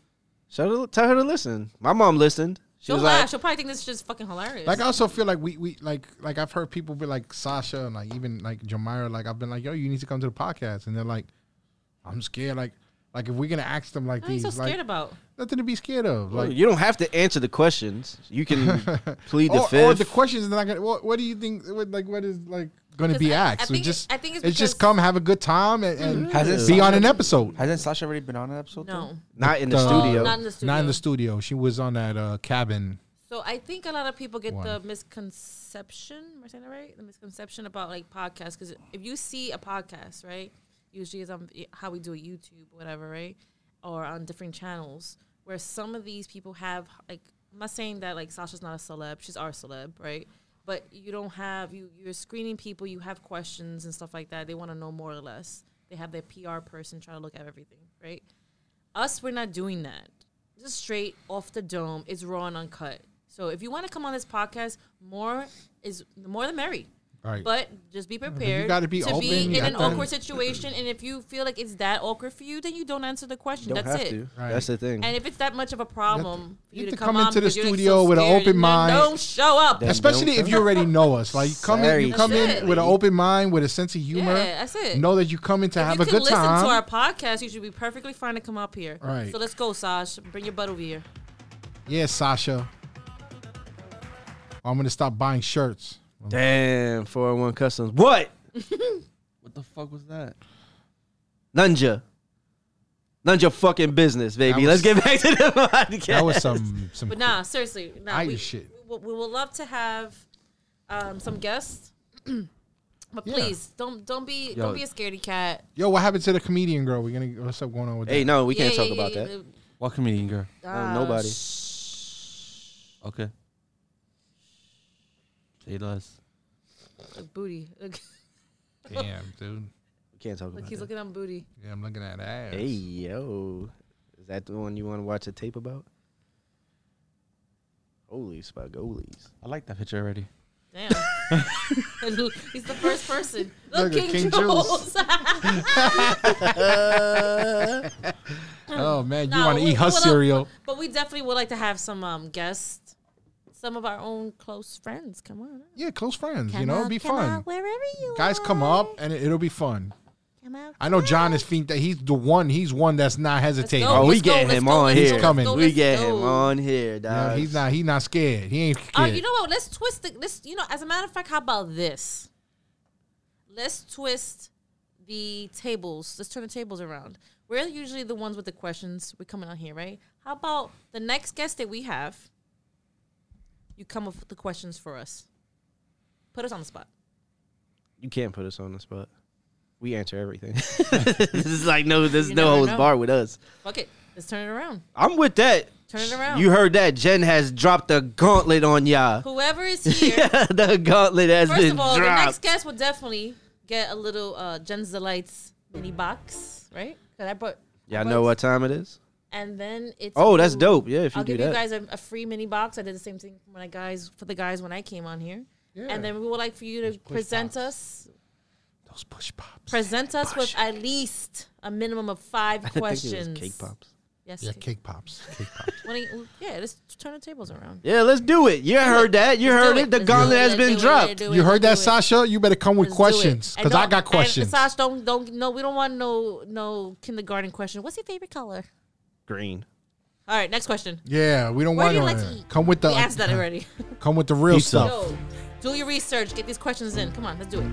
So tell her to listen. My mom listened. She
She'll
was
laugh.
like,
She'll probably think this is just fucking hilarious.
like I also feel like we we like like I've heard people be like Sasha and like even like Jamira like I've been like yo you need to come to the podcast and they're like I'm scared like like if we're gonna ask them like
what are you
these
so
like
scared about?
nothing to be scared of like
you don't have to answer the questions. You can plead the
or,
fifth.
or the questions are not gonna. What, what do you think? What, like, what is like going to be
Because I- I
asked?
think-
it's just,
I think it's
just
because-
come
Mm-hmm.
have a good time and, and
Has it
be on
sounded-
an episode.
Hasn't Sasha already been on an episode?
No,
not in the,
Uh,
studio.
not in the studio.
Not in the studio. She was on that uh, cabin.
so I think a lot of people get
One.
the misconception. Am I saying that right? The misconception about like podcasts because if you see a podcast, right, usually is on how we do it, YouTube, whatever, right, or on different channels where some of these people have like. I'm not saying that like Sasha's not a celeb. She's our celeb, right? But you don't have you. You're screening people. You have questions and stuff like that. They want to know more or less. They have their PR person try to look at everything, right? us we're not doing that just straight off the dome it's raw and uncut so if you want to come on this podcast more is the more the merry
Right.
but just be prepared
gotta be
to
open,
be
you
in an
gotta-
awkward situation and if you feel like it's that awkward for you then you don't answer the question
Don't
that's
have
it
to.
Right.
That's the thing.
and if it's that much of a problem for
you
you,
have
to come, into the
studio with an open mind.
don't show
That's-
up
And
Especially
don't
if you already know us, like you come in,
Sorry,
you come in
That's it.
with an open mind, with a sense of humor.
Yeah, that's it.
Know that you come in to
If
have
you
a
can
good
listen
time.
to our podcast you should be perfectly fine to come up here
Right.
so let's go Saj bring your butt over here
Yeah, Sasha. I'm gonna stop buying shirts.
Damn, 401 Customs. What?
What the fuck was that?
Nunja. None your fucking business, baby. Let's
was-
get back to the podcast.
That was some some.
But nah, seriously, nah,
I
we,
eat shit.
We, we would love to have um, some guests, but
Yeah.
please don't don't be
Yo.
don't be a scaredy cat.
Yo, what happened to the comedian girl? We're gonna what's up going on with
hey, no, we
Yeah,
can't
yeah,
talk
yeah,
about
yeah,
that.
What comedian girl?
yeah.
Oh, nobody.
shh.
Okay. Say less.
Look, booty. Look,
that? Damn, dude.
We can't talk
look
about
he's
that.
looking on booty.
Yeah, I'm looking at ass.
Hey, yo. Is that the one you want to watch a tape about? Holy spagolies.
I like that picture already.
Damn. he's the first person.
Look
Look,
at
King,
King
Jules.
Oh man, you
Nah,
want to
we-
eat her
we wanna-
cereal?
but we definitely would like to have some um, guests, some of our own close friends. Come on.
Yeah, close friends.
Come
you know,
out,
it'd be
come
fun.
out, wherever you
Guys,
are.
come up and it, it'll be fun.
Come out,
I know
come
John
out.
is fiend. That he's the one. He's one that's not hesitating.
go.
Oh, we
Let's go,
get
let's
him
go,
on
let's
go,
here.
let's Coming. go,
We
let's
get
go.
him on here,
You know,
dog.
he's not. He's not scared. He ain't scared.
Oh, you know what? Let's twist the let's you know, as a matter of fact, how about this? Let's twist the tables. Let's turn the tables around. We're usually the ones with the questions. We're coming on here, right? How about the next guest that we have? You come up with the questions for us. Put us on the spot.
You can't put us on the spot. We answer everything. this is like no, there's
You
no
never
holds
know.
bar with us.
Fuck it. Let's turn it around.
I'm with that.
Turn it around.
You heard that? Jen has dropped the gauntlet on y'all.
Whoever is here,
the gauntlet has
first
been
of all, the next
dropped.
guest will definitely get a little uh Jen's Delights mini box, right? Because I brought
y'all
brought
know what time it is?
and then it's
Oh, that's
you-
dope. Yeah, if you
I'll
do
give
that.
you guys a, a free mini box. I did the same thing when I guys for the guys when I came on here, and then we would like for you to present us
Those push pops.
present us with at least a minimum of five
I
questions.
think it was cake pops.
Yes.
Yeah,
cake.
cake pops. Cake pops.
Why don't you- yeah, let's turn the tables around.
Yeah, let's do it. You heard that? You
Let's
heard
do
it. The
Let's do
gauntlet
it.
has
Let's
been
do it.
dropped.
Let's do it.
you heard that,
Let's do it.
Sasha? You better come with
Let's do it.
questions
And
because I
don't-
got questions.
And Sasha, don't don't no, we don't want no no kindergarten question. What's your favorite color?
Green.
All right, next question.
Yeah, we don't
Where
want
do you
to
like to eat?
come with the
we asked that already.
come with the real
Pizza.
stuff.
Yo, do your research. Get these questions in. Come on, let's do it.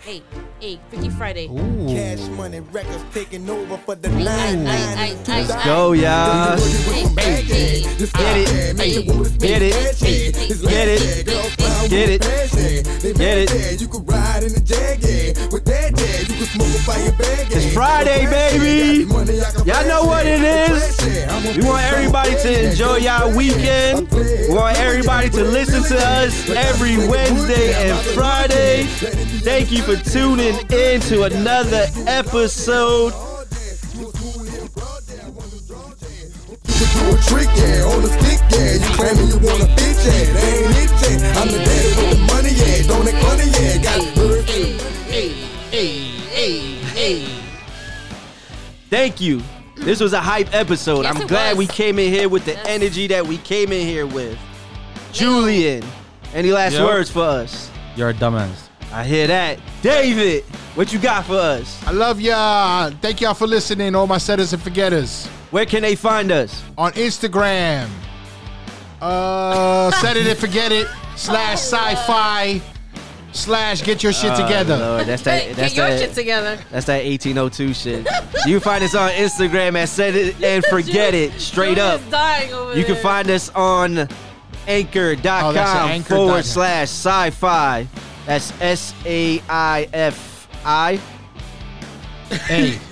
Hey, hey, Freaky Friday.
Ooh,
Cash money records taking over for the
I,
nine
I,
nine.
I, I,
Go, y'all.
Get
it. Get it. Get it. Get it. Get it.
You could ride in the jag with that jag. You could smoke a fire bag.
It's Friday, baby. Y'all know what it is. We want everybody to enjoy y'all weekend. We want everybody to listen to us every Wednesday and Friday. Thank you for tuning in to another episode.
do a trick, yeah, on the stick, yeah. You claiming you want a bitch, yeah. That ain't it, yeah. I'm the daddy with the money, yeah. Don't act funny, yeah. Got it bird,
Thank you. This was a hype episode.
Yes,
I'm
it
glad
was.
we came in here with the
Yes.
energy that we came in here with. Julian, any last
Yep.
words for us?
You're a dumbass.
I hear that. David, what you got for us?
I love y'all. Thank y'all for listening, all my setters and forgetters.
Where can they find us?
On Instagram, uh, set it and forget it slash sci-fi slash get your shit Uh, together.
Oh, Lord, that's that.
Hey,
That's
get your
that.
shit together.
That's that 1802 shit. you can find us on Instagram at Set It and Forget It, straight
Julia's
up.
dying over
You can
there.
find us on
Oh, that's
anchor.com
an anchor
forward
dot-
slash sci fi. That's S A I F I.
Hey,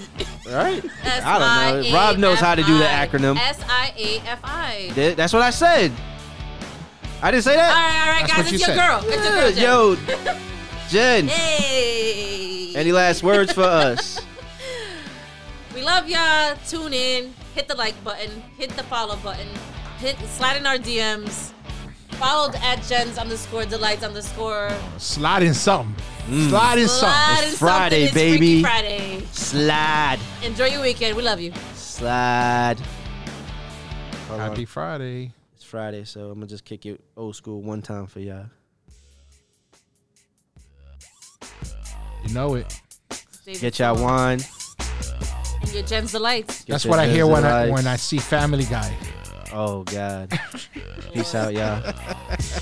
Right?
S
I don't know. Rob knows how to do the acronym.
S I A F I.
Th- That's what I said. I didn't say
All
that.
right, all right,
That's
guys,
what
it's
you
your
said.
girl. It's your girl. Jen.
Yo, Jen,
Hey.
any last words for us?
we love y'all. Tune in. Hit the like button. Hit the follow button. Hit slide in our DMs. Followed at Jen's underscore delights underscore.
slide in something.
Mm.
Slide in
Slide
something.
in something.
Friday,
It's Freaky
baby.
Friday.
Slide.
Enjoy your weekend. We love you.
Slide. Hold on.
Happy Friday.
It's Friday, so I'm gonna just kick it old school one time for y'all.
You know it.
David
Get y'all
Simone.
wine.
And your Jen's delights.
get
That's
your
what I hear
Benz
when I
lights.
when I see Family Guy.
Oh God. Peace out, y'all.